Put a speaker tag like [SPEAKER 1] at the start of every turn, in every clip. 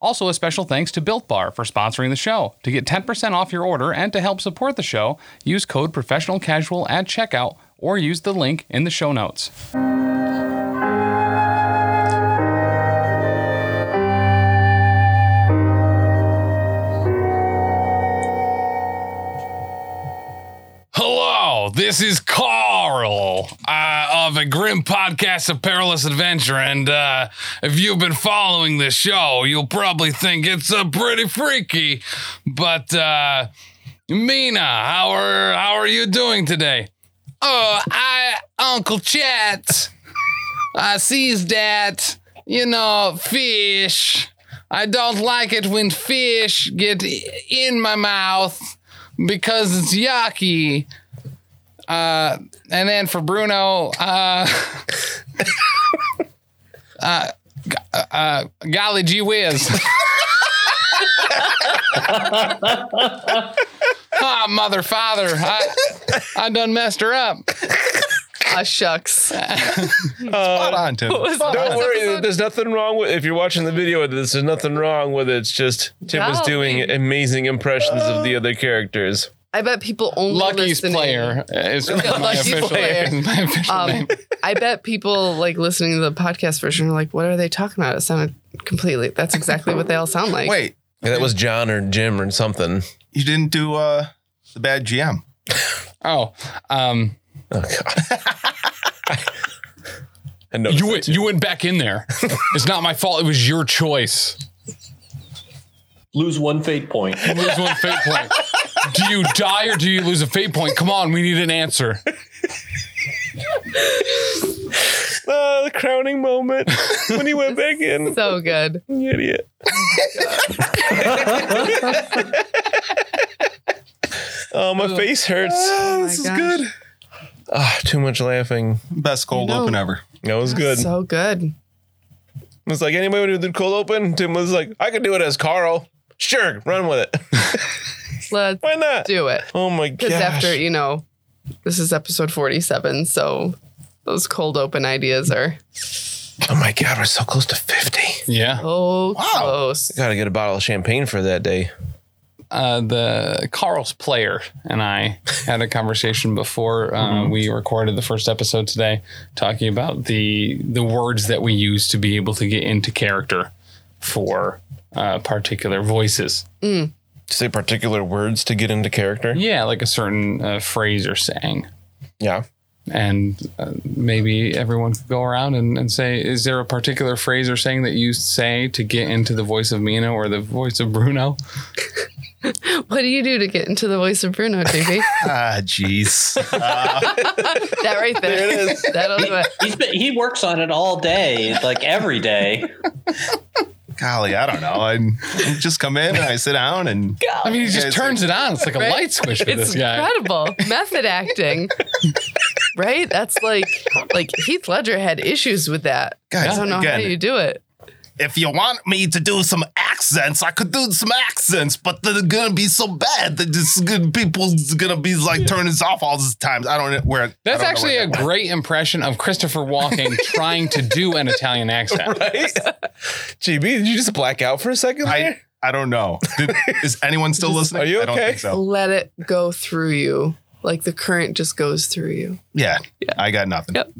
[SPEAKER 1] Also, a special thanks to Built Bar for sponsoring the show. To get 10% off your order and to help support the show, use code professional casual at checkout or use the link in the show notes.
[SPEAKER 2] Hello, this is Carl uh, of a grim podcast of perilous adventure, and uh, if you've been following this show, you'll probably think it's uh, pretty freaky. But uh, Mina, how are how are you doing today? Oh, I Uncle Chat, I sees that you know fish. I don't like it when fish get i- in my mouth because it's yucky. Uh, and then for Bruno, uh, uh, g- uh, golly gee whiz. Ah, mother, father, I, I done messed her up.
[SPEAKER 3] Ah, shucks.
[SPEAKER 2] Spot on, Tim.
[SPEAKER 4] Don't worry,
[SPEAKER 3] episode-
[SPEAKER 4] there's nothing wrong with if you're watching the video with this, there's nothing wrong with it. It's just Tim was doing
[SPEAKER 3] Golly.
[SPEAKER 4] amazing impressions of the other characters.
[SPEAKER 3] I bet people only
[SPEAKER 2] Lucky's
[SPEAKER 3] listening-
[SPEAKER 2] player is my
[SPEAKER 3] Lucky's
[SPEAKER 2] official,
[SPEAKER 3] player.
[SPEAKER 2] my official
[SPEAKER 3] Um,
[SPEAKER 2] name.
[SPEAKER 3] I bet people like listening to the podcast version are like, what are they talking about? It sounded completely, that's exactly what they all sound like.
[SPEAKER 5] Wait,
[SPEAKER 4] Yeah, that was John or Jim or something.
[SPEAKER 5] you didn't do uh, the bad GM.
[SPEAKER 2] Oh, um,
[SPEAKER 4] I know.
[SPEAKER 2] you went, you went back in there. It's not my fault. It was your choice.
[SPEAKER 6] Lose one fate point.
[SPEAKER 2] Lose one fate point. Do you die or do you lose a fate point? Come on, we need an answer.
[SPEAKER 4] Ah, the crowning moment when he went back in.
[SPEAKER 3] So good.
[SPEAKER 4] You idiot. oh, my face hurts.
[SPEAKER 3] this is good.
[SPEAKER 4] Ah, too much laughing.
[SPEAKER 5] Best cold
[SPEAKER 3] You know-
[SPEAKER 5] open ever.
[SPEAKER 4] That was good. It
[SPEAKER 3] So good.
[SPEAKER 4] was like anybody would do the cold open. Tim was like, I could do it as Carl. Sure, run with it.
[SPEAKER 3] Let's
[SPEAKER 4] Why not?
[SPEAKER 3] do it.
[SPEAKER 4] Oh my
[SPEAKER 3] Because
[SPEAKER 4] gosh.
[SPEAKER 3] after, you know, this is episode 47. So those cold open ideas are
[SPEAKER 4] oh my god, we're so close to 50.
[SPEAKER 2] Yeah.
[SPEAKER 3] oh close.
[SPEAKER 4] Gotta get a bottle of champagne for that day.
[SPEAKER 2] Uh, the Carl's player and I had a conversation before uh, we recorded the first episode today, talking about the the words that we use to be able to get into character for uh, particular voices.
[SPEAKER 4] Say particular words to get into character.
[SPEAKER 2] Yeah, like a certain uh, phrase or saying.
[SPEAKER 4] Yeah.
[SPEAKER 2] and uh, maybe everyone could go around and, and say, is there a particular phrase or saying that you say to get into the voice of Mina or the voice of Bruno?
[SPEAKER 3] What do you do to get into the voice of Bruno, JP?
[SPEAKER 5] Ah, jeez.
[SPEAKER 3] that right there. There it is. That'll do it.
[SPEAKER 6] He's been, he works on it all day, like every day.
[SPEAKER 5] Golly, I don't know. I I just come in and I sit down and
[SPEAKER 2] I mean, he
[SPEAKER 5] Yeah,
[SPEAKER 2] just
[SPEAKER 5] it's
[SPEAKER 2] turns it on. It's like a light switch for this
[SPEAKER 3] It's
[SPEAKER 2] guy.
[SPEAKER 3] incredible method acting. right? That's like like Heath Ledger had issues with that. I
[SPEAKER 5] guys,
[SPEAKER 3] don't know
[SPEAKER 5] again,
[SPEAKER 3] how you do it.
[SPEAKER 5] if you want me to do some accents, I could do some accents, but they're gonna be so bad that this is gonna, people's gonna be like turning this off all the times. I don't know where. I don't
[SPEAKER 2] That's
[SPEAKER 5] know
[SPEAKER 2] actually
[SPEAKER 5] where
[SPEAKER 2] a
[SPEAKER 5] that went.
[SPEAKER 2] great impression of Christopher Walken trying to do an Italian accent.
[SPEAKER 4] GB, did you just black out for a second
[SPEAKER 5] I
[SPEAKER 4] there?
[SPEAKER 5] I don't know. Did- is anyone still listening?
[SPEAKER 4] Are you
[SPEAKER 5] I don't
[SPEAKER 4] okay?
[SPEAKER 5] think so.
[SPEAKER 3] Let it go through you. Like the current just goes through you.
[SPEAKER 5] Yeah, I got nothing.
[SPEAKER 3] Yep.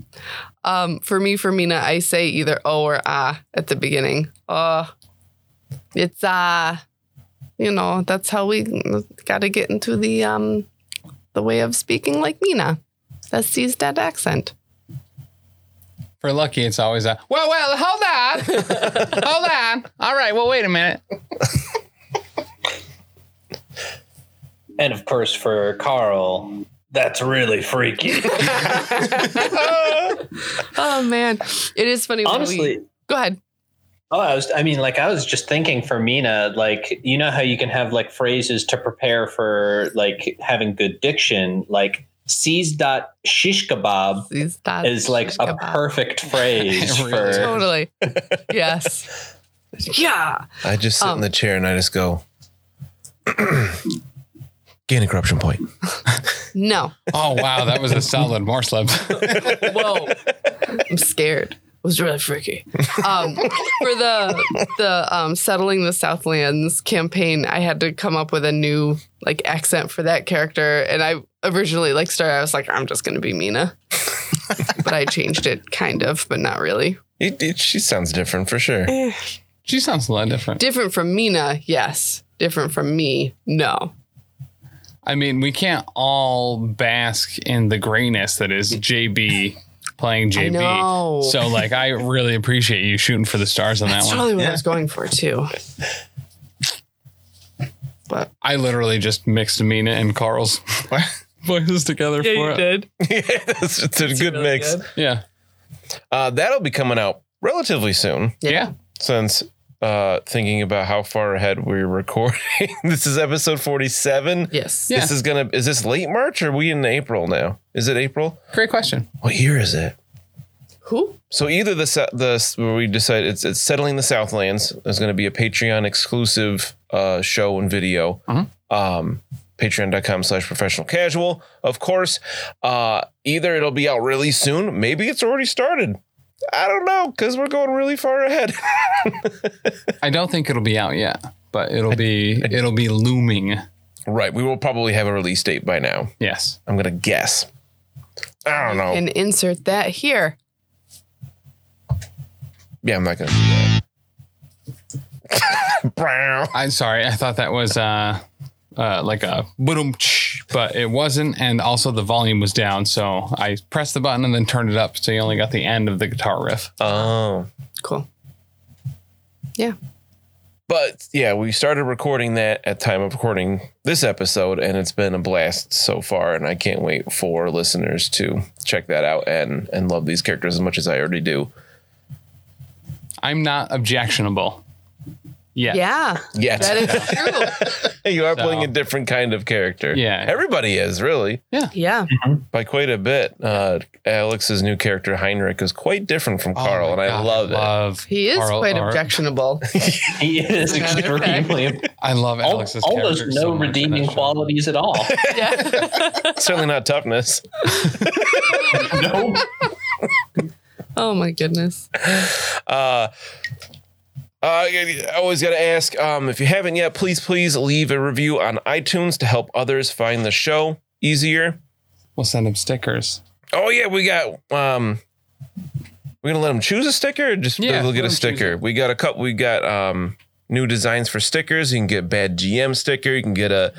[SPEAKER 3] Um, for me, for Mina, I say either oh or ah at the beginning. Oh, it's ah. You know, that's how we got to get into the um, the way of speaking like Mina. That sees that accent.
[SPEAKER 2] For Lucky, it's always a, well, well, hold on. hold on. All right, well, wait a minute.
[SPEAKER 6] And of course, for Carl, that's really freaky.
[SPEAKER 3] Oh man, it is funny. when we-
[SPEAKER 6] Honestly,
[SPEAKER 3] go ahead.
[SPEAKER 6] Oh, I was. I mean, like I was just thinking for Mina, like you know how you can have like phrases to prepare for like having good diction, like sees dot shish kebab
[SPEAKER 3] These thoughts
[SPEAKER 6] is like a
[SPEAKER 3] about-
[SPEAKER 6] perfect phrase
[SPEAKER 2] It really
[SPEAKER 6] for.
[SPEAKER 3] Totally. yes. Yeah.
[SPEAKER 4] I just sit
[SPEAKER 3] Um.
[SPEAKER 4] in the chair and I just go. Gain a corruption point.
[SPEAKER 3] No.
[SPEAKER 2] Oh wow, that was a solid Morse lip.
[SPEAKER 3] Whoa. I'm scared. It was really freaky. Um, for the the um, settling the Southlands campaign, I had to come up with a new like accent for that character, and I originally like started. I was like, I'm just gonna be Mina, but I changed it kind of, but not really.
[SPEAKER 4] It, it, she sounds different for sure.
[SPEAKER 2] She sounds a lot different.
[SPEAKER 3] Different from Mina, yes. Different from me, no.
[SPEAKER 2] I mean, we can't all bask in the grayness that is JB playing JB.
[SPEAKER 3] know.
[SPEAKER 2] So like, I really appreciate you shooting for the stars on that
[SPEAKER 3] That's
[SPEAKER 2] one.
[SPEAKER 3] probably what I was going for too. But
[SPEAKER 2] I literally just mixed Mina and Carl's voices together for it.
[SPEAKER 3] did.
[SPEAKER 4] it's, it's a good mix.
[SPEAKER 2] Yeah.
[SPEAKER 4] Uh, that'll be coming out relatively soon.
[SPEAKER 3] Yeah.
[SPEAKER 2] Yeah.
[SPEAKER 4] Since uh, thinking about how far ahead we're recording, this is episode forty-seven.
[SPEAKER 3] Yes.
[SPEAKER 2] Yeah.
[SPEAKER 4] This is gonna. Is this late March or are we in April now? Is it April?
[SPEAKER 2] Great question.
[SPEAKER 4] What year is it?
[SPEAKER 3] Who?
[SPEAKER 4] So either the se- the s- where we decide it's, it's settling the Southlands is going to be a Patreon exclusive uh, show and video. Um, Patreon.com slash professional casual, of course. Uh, either it'll be out really soon, maybe it's already started. I don't know because we're going really far ahead.
[SPEAKER 2] I don't think it'll be out yet, but it'll be it'll be looming.
[SPEAKER 4] right, we will probably have a release date by now.
[SPEAKER 2] Yes.
[SPEAKER 4] I'm gonna guess. I don't know.
[SPEAKER 3] Oh. And insert that here.
[SPEAKER 4] Yeah, I'm not gonna. Do that. Brow.
[SPEAKER 2] I'm sorry. I thought that was uh, uh, like a boom, but it wasn't. And also the volume was down, so I pressed the button and then turned it up, so you only got the end of the guitar riff.
[SPEAKER 4] oh.
[SPEAKER 3] Cool. Yeah.
[SPEAKER 4] But yeah, we started recording that at time of recording this episode, and it's been a blast so far. And I can't wait for listeners to check that out and and love these characters as much as I already do.
[SPEAKER 2] I'm not objectionable. Yet.
[SPEAKER 3] Yeah.
[SPEAKER 4] Yet
[SPEAKER 3] That is true.
[SPEAKER 4] you are
[SPEAKER 2] So-
[SPEAKER 4] playing a different kind of character.
[SPEAKER 2] Yeah.
[SPEAKER 4] everybody is really
[SPEAKER 3] Yeah.
[SPEAKER 4] by quite a bit. Uh, Alex's new character Heinrich is quite different from Carl,
[SPEAKER 2] Oh
[SPEAKER 4] and
[SPEAKER 2] my
[SPEAKER 4] I
[SPEAKER 2] God,
[SPEAKER 4] love it.
[SPEAKER 2] Love
[SPEAKER 3] He is
[SPEAKER 2] Carl-
[SPEAKER 3] quite
[SPEAKER 2] or-
[SPEAKER 3] objectionable.
[SPEAKER 6] He is
[SPEAKER 3] Matter of fact.
[SPEAKER 6] extremely
[SPEAKER 2] I love
[SPEAKER 6] al-
[SPEAKER 2] Alex's
[SPEAKER 6] almost
[SPEAKER 2] character
[SPEAKER 6] no
[SPEAKER 2] so much in
[SPEAKER 6] redeeming
[SPEAKER 2] that show.
[SPEAKER 6] qualities at all.
[SPEAKER 3] yeah.
[SPEAKER 4] Certainly not toughness.
[SPEAKER 6] no,
[SPEAKER 3] Oh my goodness.
[SPEAKER 4] Uh, uh, I always got to ask um, if you haven't yet, please, please leave a review on iTunes to help others find the show easier.
[SPEAKER 2] We'll send him stickers.
[SPEAKER 4] Oh, yeah, we got. Um, we're going to let them choose a sticker or just
[SPEAKER 2] Yeah,
[SPEAKER 4] they'll
[SPEAKER 2] let
[SPEAKER 4] get
[SPEAKER 2] 'em
[SPEAKER 4] a
[SPEAKER 2] choose
[SPEAKER 4] sticker.
[SPEAKER 2] it.
[SPEAKER 4] We got a couple. We got um, new designs for stickers. You can get Bad GM sticker. You can get a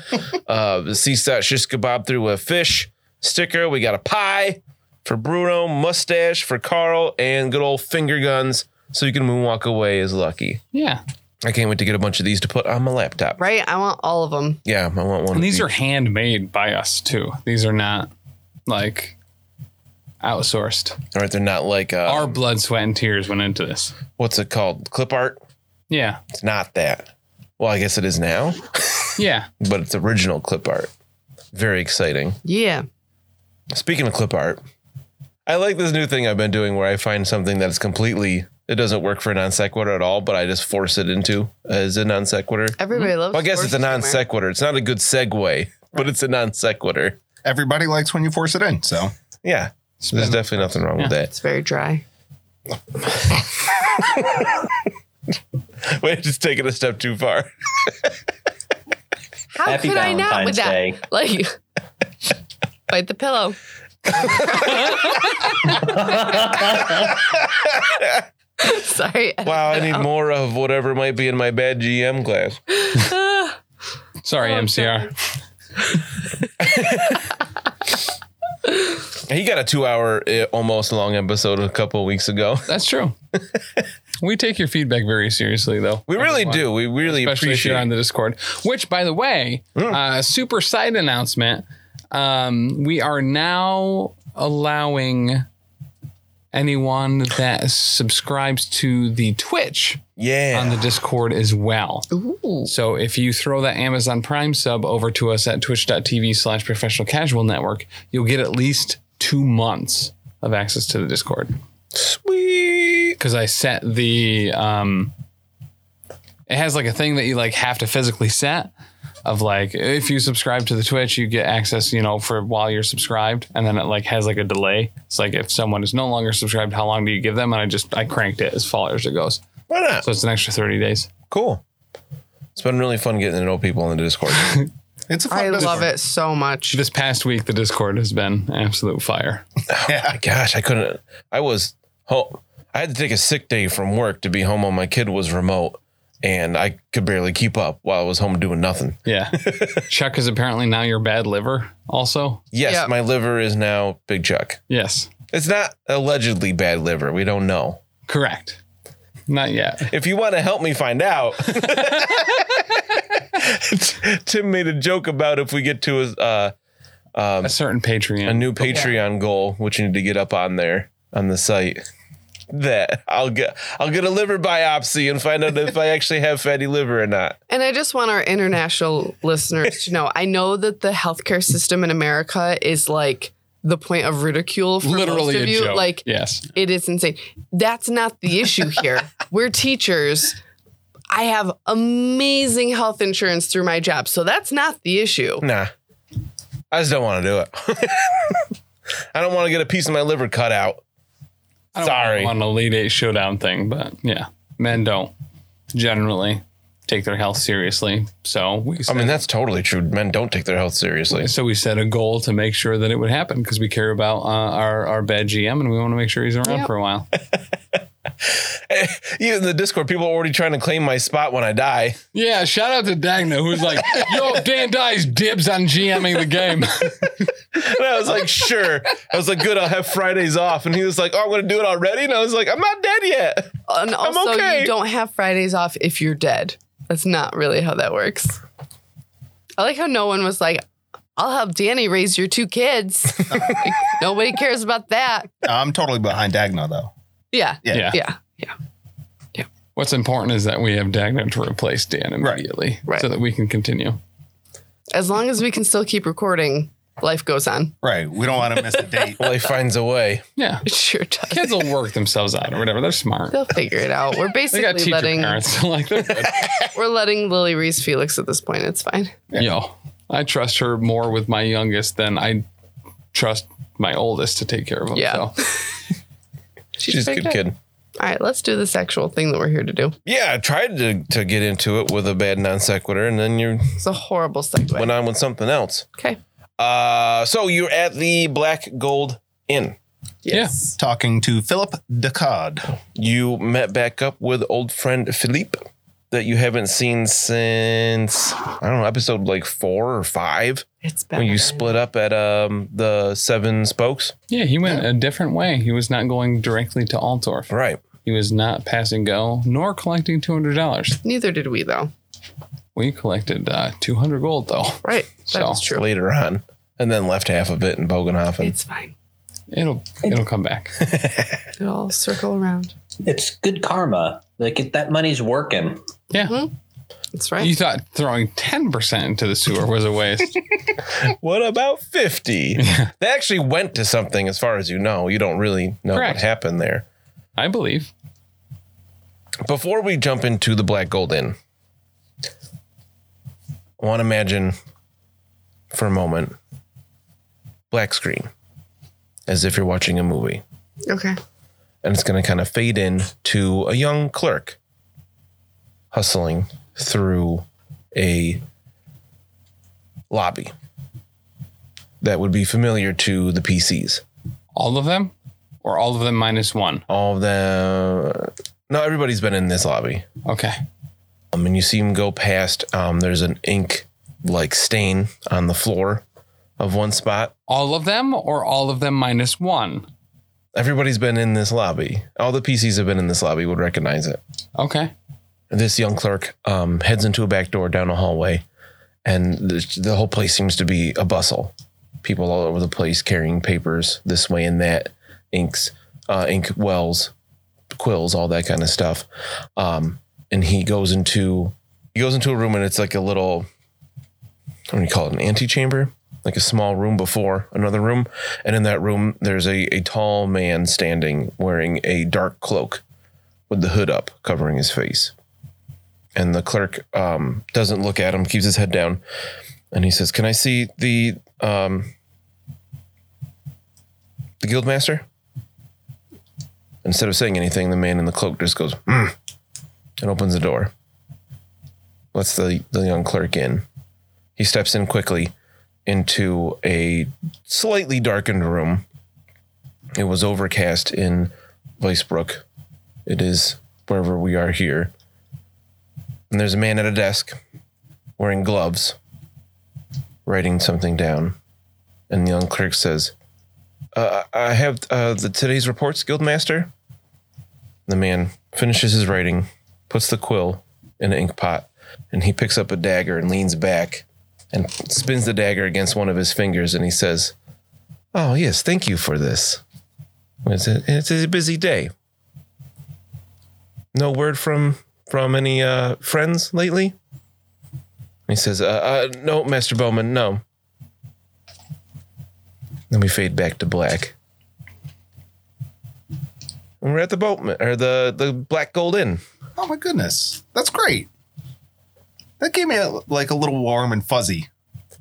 [SPEAKER 4] uh, the Seaside Shish Kebab through a fish sticker. We got a pie for Bruno, mustache for Carl, and good old finger guns. So you can moonwalk away as lucky.
[SPEAKER 2] Yeah.
[SPEAKER 4] I can't wait to get a bunch of these to put on my laptop.
[SPEAKER 3] Right? I want all of them.
[SPEAKER 4] Yeah, I want one.
[SPEAKER 2] And
[SPEAKER 4] of
[SPEAKER 2] these are handmade by us too. These are not like outsourced.
[SPEAKER 4] All right, they're not like uh,
[SPEAKER 2] Our blood, sweat, and tears went into this.
[SPEAKER 4] what's it called? Clip art.
[SPEAKER 2] Yeah.
[SPEAKER 4] It's not that. Well, I guess it is now,
[SPEAKER 2] Yeah.
[SPEAKER 4] but it's original clip art. Very exciting.
[SPEAKER 3] Yeah.
[SPEAKER 4] Speaking of clip art, I like this new thing I've been doing where I find something that's completely it doesn't work for a non sequitur at all, but I just force it into as a non sequitur.
[SPEAKER 3] Everybody loves
[SPEAKER 4] Well, I guess
[SPEAKER 3] horse
[SPEAKER 4] it's a non
[SPEAKER 3] humor.
[SPEAKER 4] sequitur. It's not a good segue, but it's a non sequitur.
[SPEAKER 5] Everybody likes when you force it in. So
[SPEAKER 4] Yeah, there's definitely nothing wrong with that.
[SPEAKER 3] It's very dry.
[SPEAKER 4] Wait, just taking a step too far.
[SPEAKER 3] How
[SPEAKER 6] Happy
[SPEAKER 3] could I not with
[SPEAKER 6] Valentine's
[SPEAKER 3] that?
[SPEAKER 6] Day.
[SPEAKER 3] Like bite the pillow. Sorry.
[SPEAKER 4] Wow, I need more of whatever might be in my bad GM glass.
[SPEAKER 2] Sorry,
[SPEAKER 3] Oh,
[SPEAKER 2] MCR.
[SPEAKER 4] He got a two-hour, eh, almost long episode a couple of weeks ago.
[SPEAKER 2] That's true. we take your feedback very seriously, though.
[SPEAKER 4] We really do. We really
[SPEAKER 2] Especially if
[SPEAKER 4] appreciate.
[SPEAKER 2] you're on
[SPEAKER 4] it. Hmm.
[SPEAKER 2] the Discord. Which, by the way, uh, super side announcement. Um, we are now allowing anyone that subscribes to the Twitch
[SPEAKER 4] Yeah.
[SPEAKER 2] on the Discord as well.
[SPEAKER 3] Ooh.
[SPEAKER 2] So if you throw that Amazon Prime sub over to us at twitch.tv slash professional casual network, you'll get at least two months of access to the Discord.
[SPEAKER 4] Sweet.
[SPEAKER 2] Because I set the um it has like a thing that you like have to physically set of like if you subscribe to the Twitch, you get access, you know, for while you're subscribed, and then it like has like a delay. It's like if someone is no longer subscribed, how long do you give them? And I just I cranked it as far as it goes.
[SPEAKER 4] Why not?
[SPEAKER 2] So it's an extra 30 days.
[SPEAKER 4] Cool. It's been really fun getting to know people in the Discord.
[SPEAKER 5] It's a fun
[SPEAKER 3] I
[SPEAKER 5] business.
[SPEAKER 3] love it so much.
[SPEAKER 2] This past week, the Discord has been absolute fire.
[SPEAKER 4] My gosh, I couldn't. I was home. I had to take a sick day from work to be home while my kid was remote, and I could barely keep up while I was home doing nothing.
[SPEAKER 2] Yeah. Chuck is apparently now your bad liver, also.
[SPEAKER 4] Yes,
[SPEAKER 3] Yeah.
[SPEAKER 4] my liver is now Big Chuck.
[SPEAKER 2] Yes.
[SPEAKER 4] It's not allegedly bad liver. We don't know.
[SPEAKER 2] Correct. Not yet.
[SPEAKER 4] If you want to help me find out, Tim made a joke about if we get to a, uh,
[SPEAKER 2] A certain Patreon.
[SPEAKER 4] a new Patreon goal, which you need to get up on there on the site. That I'll get I'll get a liver biopsy and find out if I actually have fatty liver or not.
[SPEAKER 3] And I just want our international listeners to know I know that the healthcare system in America is like the point of ridicule for
[SPEAKER 2] literally
[SPEAKER 3] most
[SPEAKER 2] a
[SPEAKER 3] of you.
[SPEAKER 2] joke.
[SPEAKER 3] Like
[SPEAKER 2] yes.
[SPEAKER 3] it is insane. That's not the issue here. We're teachers. I have amazing health insurance through my job. So that's not the issue.
[SPEAKER 4] Nah. I just don't want to do it. I don't want to get a piece of my liver cut out. Oh, Sorry.
[SPEAKER 2] On a late eight showdown thing, but yeah, men don't generally take their health seriously. So we
[SPEAKER 4] I
[SPEAKER 2] set,
[SPEAKER 4] mean, that's totally true. Men don't take their health seriously.
[SPEAKER 2] so we set a goal to make sure that it would happen because we care about uh, our our bad GM and we want to make sure he's around
[SPEAKER 3] Yep.
[SPEAKER 2] for a while.
[SPEAKER 4] Even in the Discord, people are already trying to claim my spot when I die.
[SPEAKER 2] yeah. Shout out to Dagna who's like, yo, if Dan dies, dibs on GMing the game.
[SPEAKER 4] And I was like, sure. I was like, good, I'll have Fridays off. And he was like, oh, I'm going to do it already. And I was like, I'm not dead yet.
[SPEAKER 3] And also,
[SPEAKER 4] okay.
[SPEAKER 3] you don't have Fridays off if you're dead. That's not really how that works. I like how no one was like, I'll help Danny raise your two kids. Like, nobody cares about that.
[SPEAKER 5] I'm totally behind Dagna though.
[SPEAKER 3] Yeah.
[SPEAKER 5] Yeah.
[SPEAKER 2] Yeah.
[SPEAKER 3] Yeah. Yeah.
[SPEAKER 2] What's important is that we have Dagna to replace Dan
[SPEAKER 5] Right.
[SPEAKER 2] immediately
[SPEAKER 3] Right.
[SPEAKER 2] so that we can continue.
[SPEAKER 3] As long as we can still keep recording, life goes on.
[SPEAKER 5] Right. We don't want to miss a date.
[SPEAKER 4] Life finds a way.
[SPEAKER 2] Yeah.
[SPEAKER 3] It sure does.
[SPEAKER 2] Kids will work themselves out or whatever. They're smart.
[SPEAKER 3] They'll figure it out. We're
[SPEAKER 2] They got
[SPEAKER 3] basically
[SPEAKER 2] teacher
[SPEAKER 3] letting
[SPEAKER 2] parents. like, they're good.
[SPEAKER 3] we're letting Lily Reese Felix at this point. It's fine.
[SPEAKER 2] Yo, I trust her more with my youngest than I trust my oldest to take care of him.
[SPEAKER 3] Yeah.
[SPEAKER 2] So.
[SPEAKER 3] She's,
[SPEAKER 4] She's a
[SPEAKER 3] pretty
[SPEAKER 4] good kid.
[SPEAKER 3] All right, let's do the sexual thing that we're here to do.
[SPEAKER 4] Yeah, I tried to, to get into it with a bad non sequitur, and then you
[SPEAKER 3] It's a horrible segue.
[SPEAKER 4] went on with something else.
[SPEAKER 3] okay.
[SPEAKER 4] Uh, so you're at the Black Gold Inn.
[SPEAKER 3] Yes.
[SPEAKER 5] Talking to Philip Decod.
[SPEAKER 4] You met back up with old friend Philippe that you haven't seen since I don't know episode like four or five
[SPEAKER 3] It's bad.
[SPEAKER 4] when you split up at um the Seven Spokes.
[SPEAKER 2] Yeah, he went a different way. He was not going directly to Altorf.
[SPEAKER 4] Right.
[SPEAKER 2] He was not passing go nor collecting two hundred dollars.
[SPEAKER 3] Neither did we though.
[SPEAKER 2] We collected uh, two hundred gold though.
[SPEAKER 3] Right.
[SPEAKER 2] So- um,
[SPEAKER 3] That's true.
[SPEAKER 4] Later on, and then left half of it in Bogenhofen.
[SPEAKER 3] It's fine.
[SPEAKER 2] It'll it'll come back.
[SPEAKER 3] It'll all circle around.
[SPEAKER 6] It's good karma. Like it, that money's working.
[SPEAKER 2] Yeah.
[SPEAKER 3] That's right.
[SPEAKER 2] You thought throwing ten percent into the sewer was a waste.
[SPEAKER 4] what about 50? they actually went to something, as far as you know. You don't really know
[SPEAKER 2] Correct.
[SPEAKER 4] what happened there.
[SPEAKER 2] I believe.
[SPEAKER 4] Before we jump into the Black Gold Inn, I want to imagine for a moment black screen as if you're watching a movie.
[SPEAKER 3] okay.
[SPEAKER 4] And it's going to kind of fade in to a young clerk hustling through a lobby that would be familiar to the PCs.
[SPEAKER 2] All of them, or all of them minus one.
[SPEAKER 4] all the no everybody's been in this lobby
[SPEAKER 2] Okay.
[SPEAKER 4] um and you see him go past um there's an ink like stain on the floor of one spot
[SPEAKER 2] All of them, or all of them minus one.
[SPEAKER 4] everybody's been in this lobby all the pcs have been in this lobby would recognize it
[SPEAKER 2] Okay.
[SPEAKER 4] this young clerk um heads into a back door down a hallway and the, the whole place seems to be a bustle people all over the place carrying papers this way and that inks uh, ink wells, quills, all that kind of stuff. Um, and he goes into he goes into a room and it's like a little what do you call it, an antechamber? Like a small room before another room. And in that room there's a, a tall man standing wearing a dark cloak with the hood up covering his face. And the clerk um, doesn't look at him, keeps his head down, and he says, Can I see the um, the guild master? Instead of saying anything, the man in the cloak just goes, "Hmm," and opens the door. Lets the, the young clerk in. He steps in quickly into a slightly darkened room. It was overcast in Vicebrook. It is wherever we are here. And there's a man at a desk wearing gloves, writing something down. And the young clerk says, uh, I have uh, the today's reports, Guildmaster. The man finishes his writing, puts the quill in an ink pot, and he picks up a dagger and leans back and spins the dagger against one of his fingers, and he says, "Oh yes, thank you for this. It's a, it's a busy day. No word from from any uh, friends lately." He says, uh, uh, "No, Master Bowman, no." Then we fade back to black. And we're at the boatman or the the Black Gold Inn.
[SPEAKER 5] Oh my goodness, that's great. That gave me a, like a little warm and fuzzy,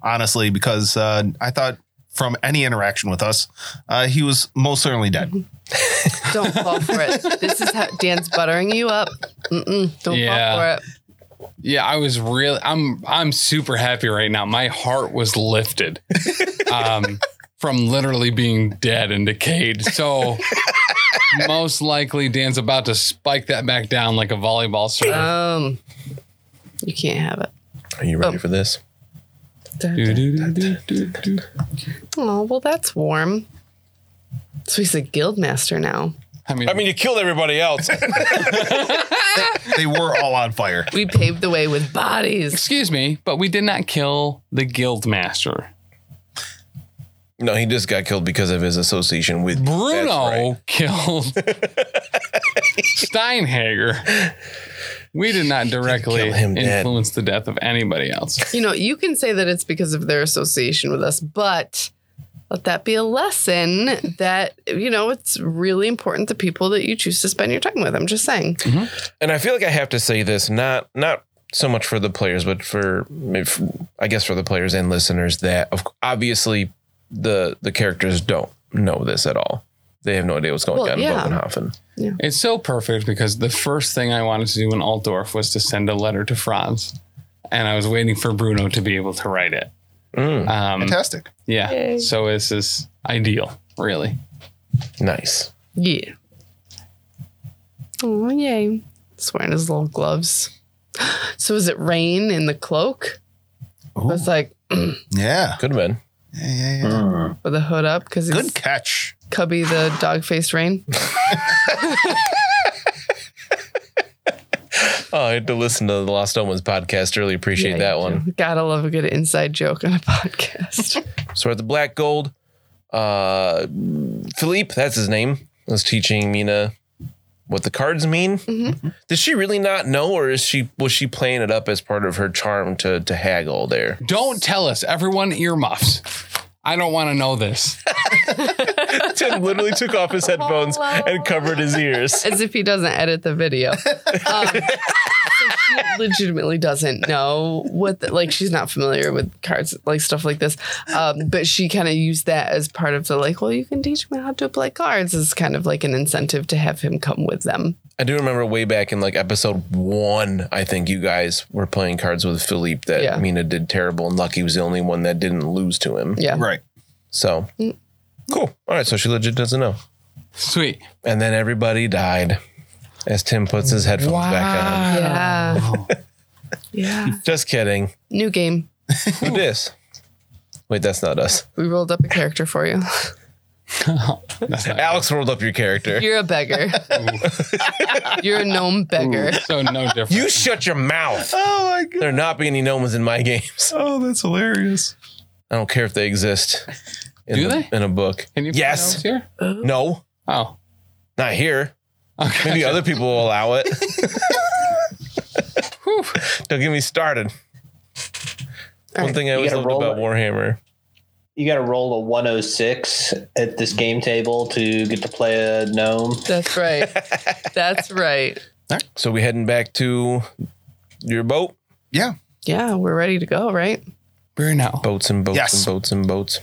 [SPEAKER 5] honestly, because uh, I thought from any interaction with us, uh, he was most certainly dead.
[SPEAKER 3] Don't fall for it. This is how Dan's buttering you up. Mm-mm, don't
[SPEAKER 2] Yeah.
[SPEAKER 3] fall for it.
[SPEAKER 2] Yeah, I was really I'm I'm super happy right now. My heart was lifted. um from literally being dead and decayed. So most likely Dan's about to spike that back down like a volleyball serve.
[SPEAKER 3] Um, you can't have it.
[SPEAKER 4] Are you ready
[SPEAKER 3] Oh.
[SPEAKER 4] for this?
[SPEAKER 2] Do, do, do, do, do, do.
[SPEAKER 3] Oh well, that's warm. So he's a guild master now.
[SPEAKER 2] I mean,
[SPEAKER 4] you killed everybody else.
[SPEAKER 5] They were all on fire.
[SPEAKER 3] We paved the way with bodies.
[SPEAKER 2] excuse me, but we did not kill the guild master.
[SPEAKER 4] no, he just got killed because of his association with
[SPEAKER 2] Bruno
[SPEAKER 4] That's right.
[SPEAKER 2] killed Steinhager. We did not directly
[SPEAKER 4] kill him dead.
[SPEAKER 2] influence the death of anybody else.
[SPEAKER 3] You know, you can say that it's because of their association with us, but let that be a lesson that you know it's really important to people that you choose to spend your time with. I'm just saying.
[SPEAKER 4] And I feel like I have to say this not not so much for the players, but for if, I guess for the players and listeners that of, obviously the the characters don't know this at all. They have no idea what's going
[SPEAKER 3] Well,
[SPEAKER 4] on
[SPEAKER 3] yeah.
[SPEAKER 4] in Bogenhofen.
[SPEAKER 2] It's so perfect because the first thing I wanted to do in Altdorf was to send a letter to Franz, and I was waiting for Bruno to be able to write it.
[SPEAKER 4] Mm,
[SPEAKER 2] Um,
[SPEAKER 5] Fantastic.
[SPEAKER 2] yeah,
[SPEAKER 3] Yay.
[SPEAKER 2] so this is ideal, really.
[SPEAKER 4] nice.
[SPEAKER 3] Yeah. Oh yay! He's wearing his little gloves. So is it rain in the cloak?
[SPEAKER 5] Ooh.
[SPEAKER 3] It's like
[SPEAKER 5] Yeah.
[SPEAKER 4] Good man.
[SPEAKER 5] Yeah, yeah, yeah.
[SPEAKER 3] with a hood up because he's
[SPEAKER 5] Good catch.
[SPEAKER 3] Cubby the dog faced rain.
[SPEAKER 4] Oh, I had to listen to the Lost Omens podcast. Really appreciate
[SPEAKER 3] Yeah,
[SPEAKER 4] that
[SPEAKER 3] you
[SPEAKER 4] one.
[SPEAKER 3] do. Gotta love a good inside joke on a podcast.
[SPEAKER 4] So we're at the Black Gold. Uh, Philippe, that's his name, was teaching Mina what the cards mean.
[SPEAKER 3] Mm-hmm.
[SPEAKER 4] Did she really not know, or is she was she playing it up as part of her charm to to haggle there?
[SPEAKER 2] Don't tell us, everyone earmuffs. I don't want to know this.
[SPEAKER 4] Tim literally took off his headphones and covered his ears.
[SPEAKER 3] As if he doesn't edit the video. Um, so she legitimately doesn't know what, the, like, she's not familiar with cards, like stuff like this. Um, but she kind of used that as part of the, like, well, you can teach me how to play cards as kind of like an incentive to have him come with them.
[SPEAKER 4] I do remember way back in like episode one, I think you guys were playing cards with Philippe that
[SPEAKER 3] Yeah.
[SPEAKER 4] Mina did terrible, and Lucky was the only one that didn't lose to him.
[SPEAKER 3] Yeah. Mm.
[SPEAKER 5] Right.
[SPEAKER 4] So cool. All right, so she legit doesn't know.
[SPEAKER 2] Sweet.
[SPEAKER 4] And then everybody died as Tim puts his headphones back
[SPEAKER 2] Wow.
[SPEAKER 3] Yeah. yeah.
[SPEAKER 4] on. Just kidding.
[SPEAKER 3] New game.
[SPEAKER 4] Who this? Wait, that's not us.
[SPEAKER 3] We rolled up a character for you.
[SPEAKER 2] That's not-
[SPEAKER 4] Alex rolled up your character.
[SPEAKER 3] You're a beggar. You're a gnome beggar.
[SPEAKER 2] so no different.
[SPEAKER 4] You shut your mouth.
[SPEAKER 5] Oh my god.
[SPEAKER 4] There are not be any gnomons in my games.
[SPEAKER 5] Oh, that's hilarious.
[SPEAKER 4] I don't care if they exist. In
[SPEAKER 2] Do
[SPEAKER 4] the-
[SPEAKER 2] they?
[SPEAKER 4] In a book.
[SPEAKER 2] Can you put
[SPEAKER 4] Yes.
[SPEAKER 2] those here?
[SPEAKER 4] No.
[SPEAKER 2] Oh,
[SPEAKER 4] Not here. Maybe other people will allow it. Whew. Don't get me started.
[SPEAKER 3] All
[SPEAKER 4] One
[SPEAKER 3] right.
[SPEAKER 4] thing I
[SPEAKER 6] You
[SPEAKER 4] always
[SPEAKER 6] gotta
[SPEAKER 4] loved
[SPEAKER 6] roll
[SPEAKER 4] about
[SPEAKER 6] it.
[SPEAKER 4] Warhammer.
[SPEAKER 6] You got to roll a 106 at this game table to get to play a gnome.
[SPEAKER 3] That's right. That's right.
[SPEAKER 4] So we heading back to your boat,
[SPEAKER 5] Yeah.
[SPEAKER 3] Yeah, we're ready to go, right?
[SPEAKER 2] Bruno,
[SPEAKER 4] boats and boats
[SPEAKER 5] Yes.
[SPEAKER 4] and boats and boats.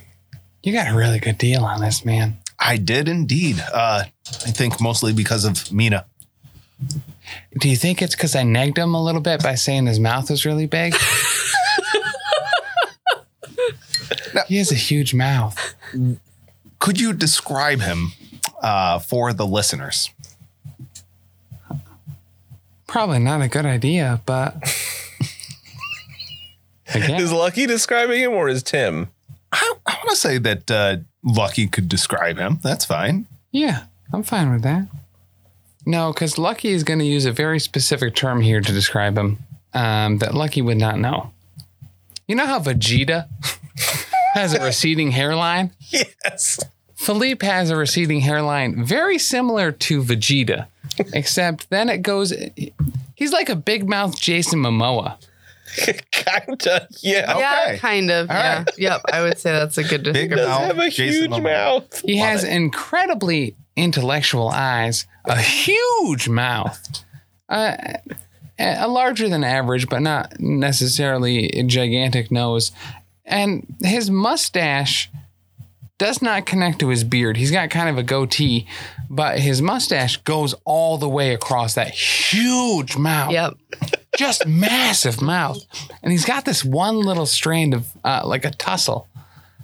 [SPEAKER 2] you got a really good deal on this, man.
[SPEAKER 5] I did indeed. Uh, I think mostly because of Mina.
[SPEAKER 2] Do you think it's because I negged him a little bit by saying his mouth was really big? He has a huge mouth.
[SPEAKER 5] Could you describe him uh, for the listeners?
[SPEAKER 2] Probably not a good idea, but again,
[SPEAKER 4] Is Lucky describing him or is Tim?
[SPEAKER 5] I, I want to say that uh, Lucky could describe him. That's fine.
[SPEAKER 2] yeah, I'm fine with that. No, because Lucky is going to use a very specific term here to describe him um, that Lucky would not know. You know how Vegeta has a receding hairline?
[SPEAKER 4] Yes.
[SPEAKER 2] Philippe has a receding hairline very similar to Vegeta, except then it goes. He's like a big mouth Jason Momoa.
[SPEAKER 4] Kinda. Yeah.
[SPEAKER 3] Yeah,
[SPEAKER 5] Okay.
[SPEAKER 3] kind of. yeah.
[SPEAKER 5] right.
[SPEAKER 3] Yep. I would say that's a good
[SPEAKER 5] Big
[SPEAKER 3] description.
[SPEAKER 4] Does
[SPEAKER 5] mouth.
[SPEAKER 4] have a
[SPEAKER 5] Jason
[SPEAKER 4] huge
[SPEAKER 5] Momoa.
[SPEAKER 4] mouth.
[SPEAKER 2] He has incredibly intellectual eyes, a huge mouth, uh, a a larger than average, but not necessarily a gigantic nose, and his mustache does not connect to his beard. He's got kind of a goatee, but his mustache goes all the way across that huge mouth
[SPEAKER 3] Yep.
[SPEAKER 2] just massive mouth, and he's got this one little strand of uh, like a tussle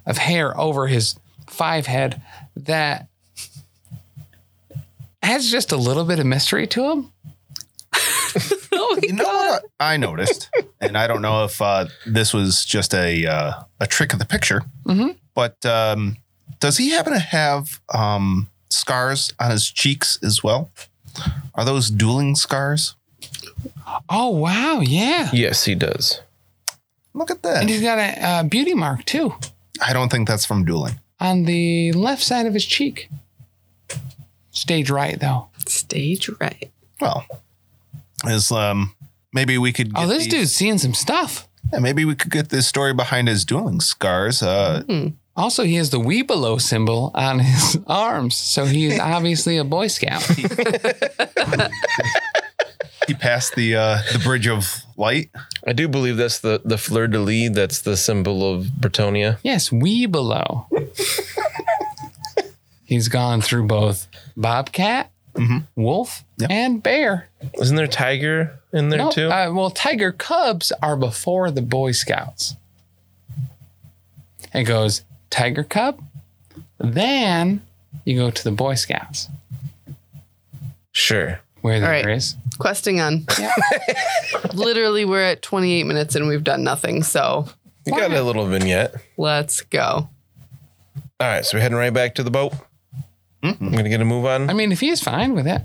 [SPEAKER 2] of hair over his five head that has just a little bit of mystery to him.
[SPEAKER 3] Oh my
[SPEAKER 5] You know what I I noticed, and I don't know if uh, this was just a uh, a trick of the picture,
[SPEAKER 2] Mm-hmm.
[SPEAKER 5] but um, does he happen to have um, scars on his cheeks as well? Are those dueling scars?
[SPEAKER 2] Oh wow, yeah,
[SPEAKER 4] Yes, he does.
[SPEAKER 5] Look at
[SPEAKER 2] and
[SPEAKER 5] that.
[SPEAKER 2] he's got a, uh beauty mark too
[SPEAKER 5] I don't think that's from dueling.
[SPEAKER 2] on the left side of his cheek. Stage right though.
[SPEAKER 3] Stage right.
[SPEAKER 5] Well, is um maybe we could
[SPEAKER 2] Oh,
[SPEAKER 5] get
[SPEAKER 2] this
[SPEAKER 5] the-
[SPEAKER 2] dude's seeing some stuff.
[SPEAKER 5] yeah, maybe we could get this story behind his dueling scars. Uh,
[SPEAKER 2] Hmm. Also, he has the Weebelo symbol on his arms, so he's obviously a Boy Scout.
[SPEAKER 5] He passed the uh, the bridge of light.
[SPEAKER 4] I do believe that's the the fleur de lis. That's the symbol of Bretonia.
[SPEAKER 2] Yes, Weebelo. He's gone through both bobcat, wolf,
[SPEAKER 5] Yep.
[SPEAKER 2] and bear.
[SPEAKER 4] Isn't there tiger in there
[SPEAKER 2] No,
[SPEAKER 4] too?
[SPEAKER 2] uh, well, tiger cubs are before the Boy Scouts. It goes tiger cub, then you go to the Boy Scouts,
[SPEAKER 4] sure.
[SPEAKER 2] where there is.
[SPEAKER 3] right. Questing on. Literally, we're at 28 minutes and we've done nothing. So
[SPEAKER 4] We got a little vignette.
[SPEAKER 3] let's go.
[SPEAKER 4] All right, so we're heading right back to the boat.
[SPEAKER 5] Mm-hmm.
[SPEAKER 4] I'm gonna get a move on.
[SPEAKER 2] I mean, if he's fine with it,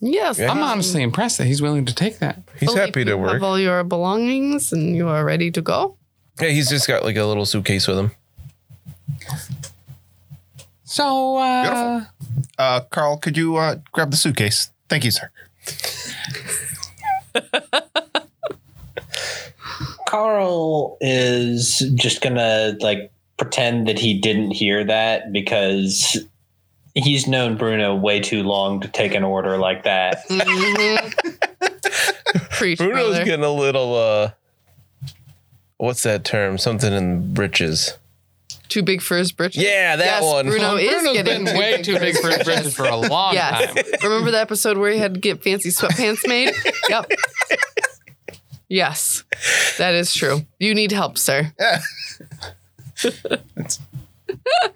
[SPEAKER 3] Yes.
[SPEAKER 4] Yeah.
[SPEAKER 3] um,
[SPEAKER 2] I'm honestly impressed that he's willing to take that.
[SPEAKER 4] He's
[SPEAKER 3] Philippe,
[SPEAKER 4] happy to
[SPEAKER 3] you
[SPEAKER 4] work.
[SPEAKER 3] Have all your belongings and you are ready to go.
[SPEAKER 4] Yeah, he's just got like a little suitcase with him.
[SPEAKER 2] So, uh,
[SPEAKER 5] Beautiful. Uh, Carl, could you uh, grab the suitcase? Thank you, sir.
[SPEAKER 6] Carl is just gonna like pretend that he didn't hear that because he's known Bruno way too long to take an order like that.
[SPEAKER 3] Preach,
[SPEAKER 4] Mm-hmm. Bruno's
[SPEAKER 3] brother.
[SPEAKER 4] getting a little uh what's that term? Something in britches.
[SPEAKER 3] Too big for his britches.
[SPEAKER 4] Yeah, that
[SPEAKER 3] Yes,
[SPEAKER 4] one.
[SPEAKER 3] Bruno is
[SPEAKER 2] Bruno's
[SPEAKER 3] getting
[SPEAKER 2] been way too big for his britches for a long
[SPEAKER 3] Yes.
[SPEAKER 2] time.
[SPEAKER 3] Remember the episode where he had to get fancy sweatpants made? Yep. Yes, that is true. You need help, sir.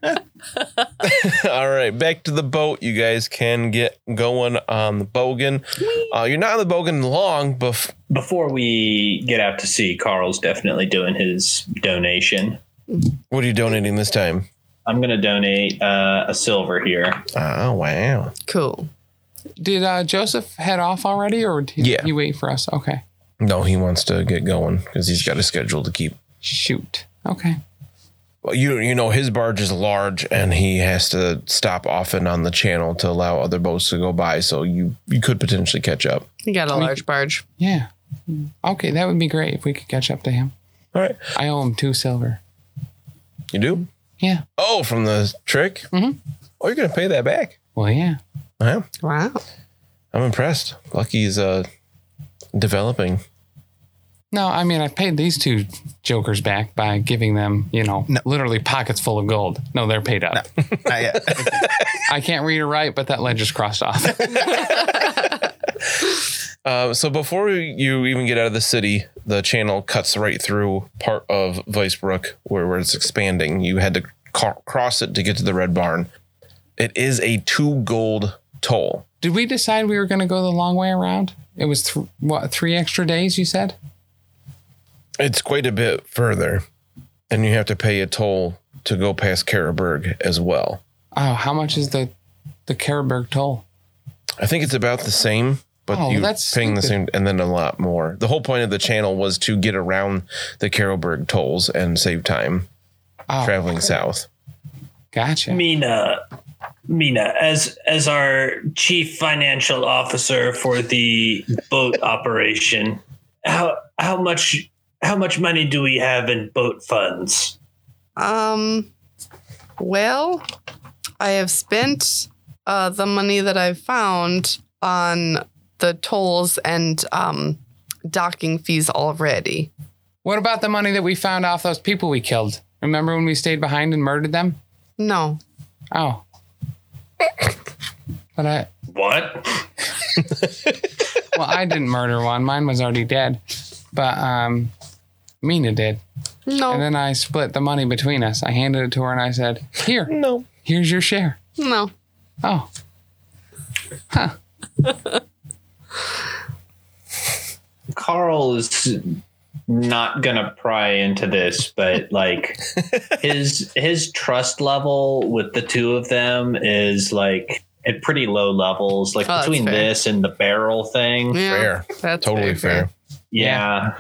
[SPEAKER 4] All right, back to the boat. You guys can get going on the bogan. Uh, you're not on the bogan long, but
[SPEAKER 6] Before we get out to sea, Carl's definitely doing his donation.
[SPEAKER 4] what are you donating this time?
[SPEAKER 6] I'm gonna donate uh, a silver here.
[SPEAKER 4] Oh wow!
[SPEAKER 3] Cool.
[SPEAKER 2] Did uh, Joseph head off already, or did
[SPEAKER 4] Yeah.
[SPEAKER 2] you wait for us? Okay.
[SPEAKER 4] No, he wants to get going because he's got a schedule to keep.
[SPEAKER 2] Shoot. Okay.
[SPEAKER 4] well, you you know his barge is large and he has to stop often on the channel to allow other boats to go by. So you you could potentially catch up.
[SPEAKER 3] You got a large barge.
[SPEAKER 2] Yeah. Okay, that would be great if we could catch up to him.
[SPEAKER 4] All right,
[SPEAKER 2] I owe him two silver.
[SPEAKER 4] you do.
[SPEAKER 2] Yeah.
[SPEAKER 4] Oh, from the trick. Mm-hmm. Oh, you're gonna pay that back.
[SPEAKER 2] Well, yeah.
[SPEAKER 4] Yeah,
[SPEAKER 3] Wow.
[SPEAKER 4] I'm impressed. Lucky's uh developing.
[SPEAKER 2] No, I mean I paid these two jokers back by giving them, you know, literally pockets full of gold. No, they're paid up.
[SPEAKER 5] Not yet.
[SPEAKER 2] I can't read or write, but that ledger's crossed off.
[SPEAKER 4] Uh, so before you even get out of the city, the channel cuts right through part of Vicebrook where, where it's expanding. You had to ca- cross it to get to the Red Barn. It is a two gold toll.
[SPEAKER 2] Did we decide we were going to go the long way around? It was th- what three extra days? You said.
[SPEAKER 4] It's quite a bit further, and you have to pay a toll to go past Karaburg as well.
[SPEAKER 2] Oh, how much is the the Karaberg toll?
[SPEAKER 4] I think it's about the same, but
[SPEAKER 2] Oh,
[SPEAKER 4] you're
[SPEAKER 2] that's
[SPEAKER 4] paying the same and then a lot more. The whole point of the channel was to get around the Karaburg tolls and save time
[SPEAKER 2] Oh,
[SPEAKER 4] traveling south.
[SPEAKER 2] Gotcha.
[SPEAKER 6] Mina, Mina, as as our chief financial officer for the boat operation, how how much how much money do we have in boat funds?
[SPEAKER 3] Um, well, I have spent uh, the money that I've found on the tolls and um, docking fees already.
[SPEAKER 2] What about the money that we found off those people we killed? Remember when we stayed behind and murdered them?
[SPEAKER 3] No,
[SPEAKER 2] Oh. But I
[SPEAKER 6] What?
[SPEAKER 2] well, I didn't murder one. Mine was already dead. But um Mina did.
[SPEAKER 3] no,
[SPEAKER 2] And then I split the money between us. I handed it to her and I said, "Here. No. Here's your share."
[SPEAKER 3] no.
[SPEAKER 2] Oh.
[SPEAKER 6] Carl is not gonna pry into this, but like his his trust level with the two of them is like at pretty low levels. Like
[SPEAKER 3] Oh, that's
[SPEAKER 6] between
[SPEAKER 3] fair.
[SPEAKER 6] this and the barrel thing, yeah.
[SPEAKER 3] Yeah,
[SPEAKER 4] Fair.
[SPEAKER 3] That's very
[SPEAKER 4] Totally fair.
[SPEAKER 2] Yeah.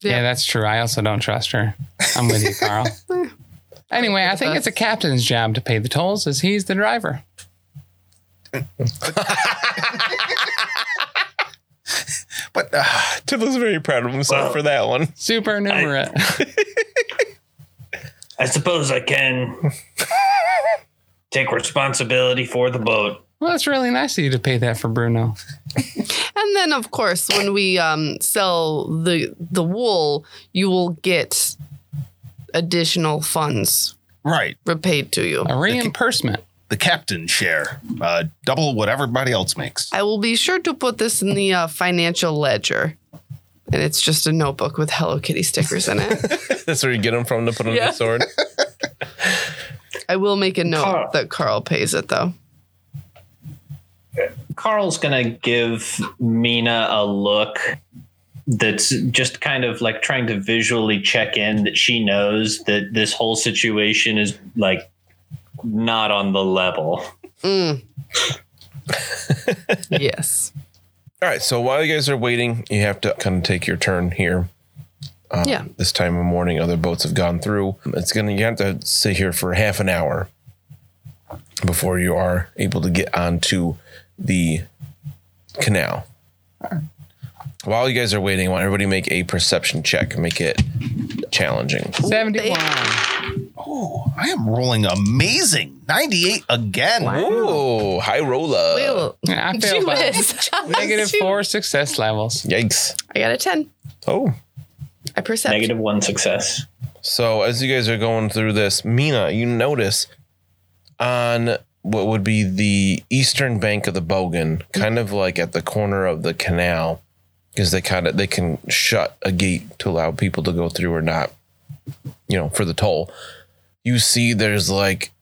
[SPEAKER 3] Yeah.
[SPEAKER 2] that's true. I also don't trust her. I'm with you, Carl. anyway, I think it's a captain's job to pay the tolls as he's the driver.
[SPEAKER 5] but uh,
[SPEAKER 4] Tiddler's very proud of himself
[SPEAKER 6] Well-
[SPEAKER 4] for that one.
[SPEAKER 2] Supernumerate.
[SPEAKER 6] I suppose I can take responsibility for the boat.
[SPEAKER 2] well, that's really nice of you to pay that for Bruno.
[SPEAKER 3] And then, of course, when we um, sell the the wool, you will get additional funds
[SPEAKER 5] right,
[SPEAKER 3] repaid to you.
[SPEAKER 2] A reimbursement.
[SPEAKER 5] the captain share, uh, double what everybody else makes.
[SPEAKER 3] I will be sure to put this in the uh, financial ledger. And it's just a notebook with Hello Kitty stickers in it.
[SPEAKER 4] That's where you get him from to put on
[SPEAKER 3] Yeah.
[SPEAKER 4] the sword.
[SPEAKER 3] I will make a note
[SPEAKER 6] Carl.
[SPEAKER 3] that Carl pays it though.
[SPEAKER 6] Carl's gonna give Mina a look that's just kind of like trying to visually check in that she knows that this whole situation is like not on the level.
[SPEAKER 3] Mm. yes.
[SPEAKER 4] All right. So while you guys are waiting, you have to kind of take your turn here. Um,
[SPEAKER 3] Yeah.
[SPEAKER 4] This time of morning, other boats have gone through. It's gonna you have to sit here for half an hour before you are able to get onto the canal. While you guys are waiting, I want everybody to make a perception check. Make it challenging.
[SPEAKER 2] 71.
[SPEAKER 5] Oh, I am rolling amazing. 98 again.
[SPEAKER 4] Ooh, high roller.
[SPEAKER 3] Well,
[SPEAKER 2] I
[SPEAKER 3] she
[SPEAKER 2] feel bad.
[SPEAKER 3] was-
[SPEAKER 2] Negative
[SPEAKER 3] she-
[SPEAKER 2] four success levels.
[SPEAKER 4] Yikes.
[SPEAKER 3] I got a 10.
[SPEAKER 4] Oh.
[SPEAKER 3] I percept.
[SPEAKER 6] Negative one success.
[SPEAKER 4] So as you guys are going through this, Mina, you notice on what would be the eastern bank of the Bogan, kind of like at the corner of the canal, because they kind of they can shut a gate to allow people to go through or not, you know, for the toll. You see, there's like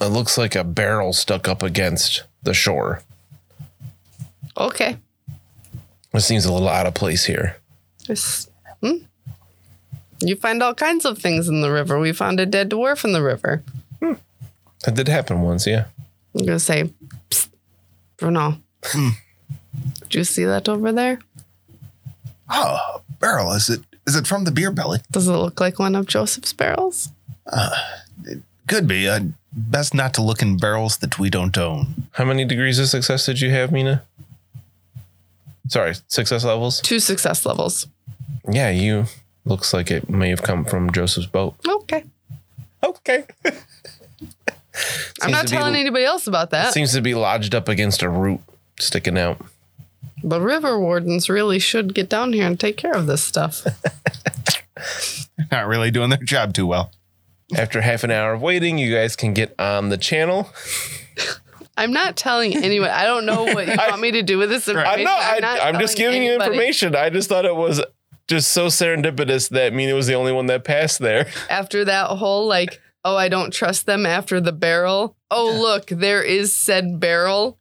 [SPEAKER 4] it looks like a barrel stuck up against the shore.
[SPEAKER 3] Okay.
[SPEAKER 4] It seems a little out of place here.
[SPEAKER 3] Just- hmm? You find all kinds of things in the river. We found a dead dwarf in the river.
[SPEAKER 4] That did happen once, yeah.
[SPEAKER 3] I'm going to say, Psst, Bruno,
[SPEAKER 4] Hmm.
[SPEAKER 3] did you see that over there?
[SPEAKER 5] Oh, barrel. Is it is it from the beer belly?
[SPEAKER 3] Does it look like one of Joseph's barrels?
[SPEAKER 5] Could be. Uh, best not to look in barrels that we don't own.
[SPEAKER 4] How many degrees of success did you have, Mina? Sorry, success levels?
[SPEAKER 3] Two success levels.
[SPEAKER 4] Yeah, you looks like it may have come from Joseph's boat.
[SPEAKER 3] Okay.
[SPEAKER 4] Okay.
[SPEAKER 3] I'm not telling anybody else about that.
[SPEAKER 4] Seems to be lodged up against a root sticking out.
[SPEAKER 3] the river wardens really should get down here and take care of this stuff.
[SPEAKER 5] Not really doing their job too well.
[SPEAKER 4] After half an hour of waiting, you guys can get on the channel.
[SPEAKER 3] I'm not telling anyone. I don't know what you want me to do with this
[SPEAKER 4] I'm
[SPEAKER 3] information.
[SPEAKER 4] not. I,
[SPEAKER 3] not
[SPEAKER 4] I'm just
[SPEAKER 3] telling
[SPEAKER 4] giving you
[SPEAKER 3] anybody.
[SPEAKER 4] information. I just thought it was just so serendipitous that Mina was the only one that passed there.
[SPEAKER 3] After that whole like, oh, I don't trust them after the barrel. Oh, look, there is said barrel.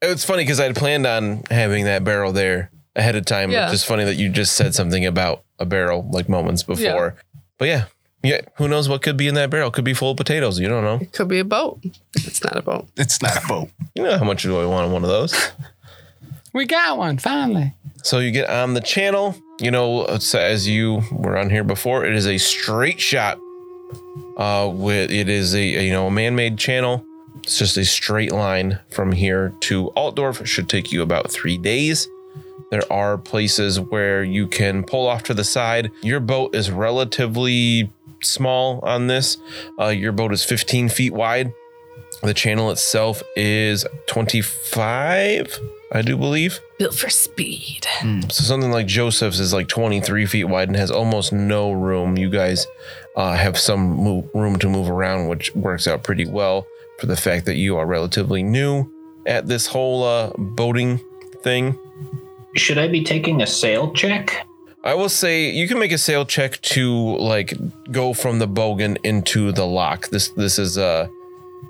[SPEAKER 4] It's funny because I'd planned on having that barrel there ahead of time.
[SPEAKER 3] Yeah.
[SPEAKER 4] It's just funny that you just said something about a barrel like moments before. But yeah, yeah. Who knows what could be in that barrel? Could be full of potatoes. You don't know.
[SPEAKER 3] Could be a boat. It's not a boat.
[SPEAKER 5] It's not a boat.
[SPEAKER 4] You know how much do I want on one of those?
[SPEAKER 7] We got one finally.
[SPEAKER 4] So you get on the channel. You know, it's- as you were on here before, it is a straight shot. Uh, with it is a you know a man-made channel. It's just a straight line from here to Altdorf. It should take you about three days. There are places where you can pull off to the side. Your boat is relatively small on this. Uh, your boat is 15 feet wide. The channel itself is 25, I do believe.
[SPEAKER 3] Built for speed.
[SPEAKER 4] So something like Joseph's is like 23 feet wide and has almost no room. You guys uh, have some mo- room to move around, which works out pretty well for the fact that you are relatively new at this whole uh, boating thing.
[SPEAKER 6] Should I be taking a sail check?
[SPEAKER 4] I will say you can make a sail check to like go from the bogan into the lock. This this is uh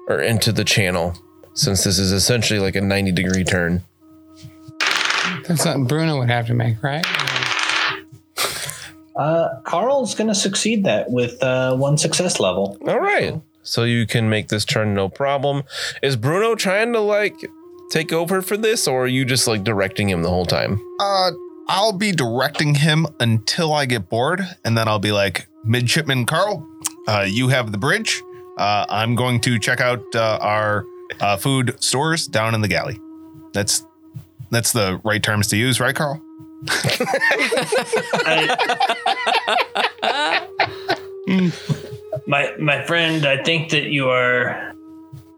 [SPEAKER 4] or into the channel since this is essentially like a 90 degree turn.
[SPEAKER 7] That's something Bruno would have to make, right?
[SPEAKER 6] Uh, Carl's gonna succeed that with uh, one success level.
[SPEAKER 4] All right. So you can make this turn no problem. Is Bruno trying to like take over for this or are you just like directing him the whole time?
[SPEAKER 5] Uh, I'll be directing him until I get bored, and then I'll be like, Midshipman Carl, uh, you have the bridge. Uh, I'm going to check out uh, our uh, food stores down in the galley. That's that's the right terms to use, right, Carl?
[SPEAKER 8] My my friend, I think that you are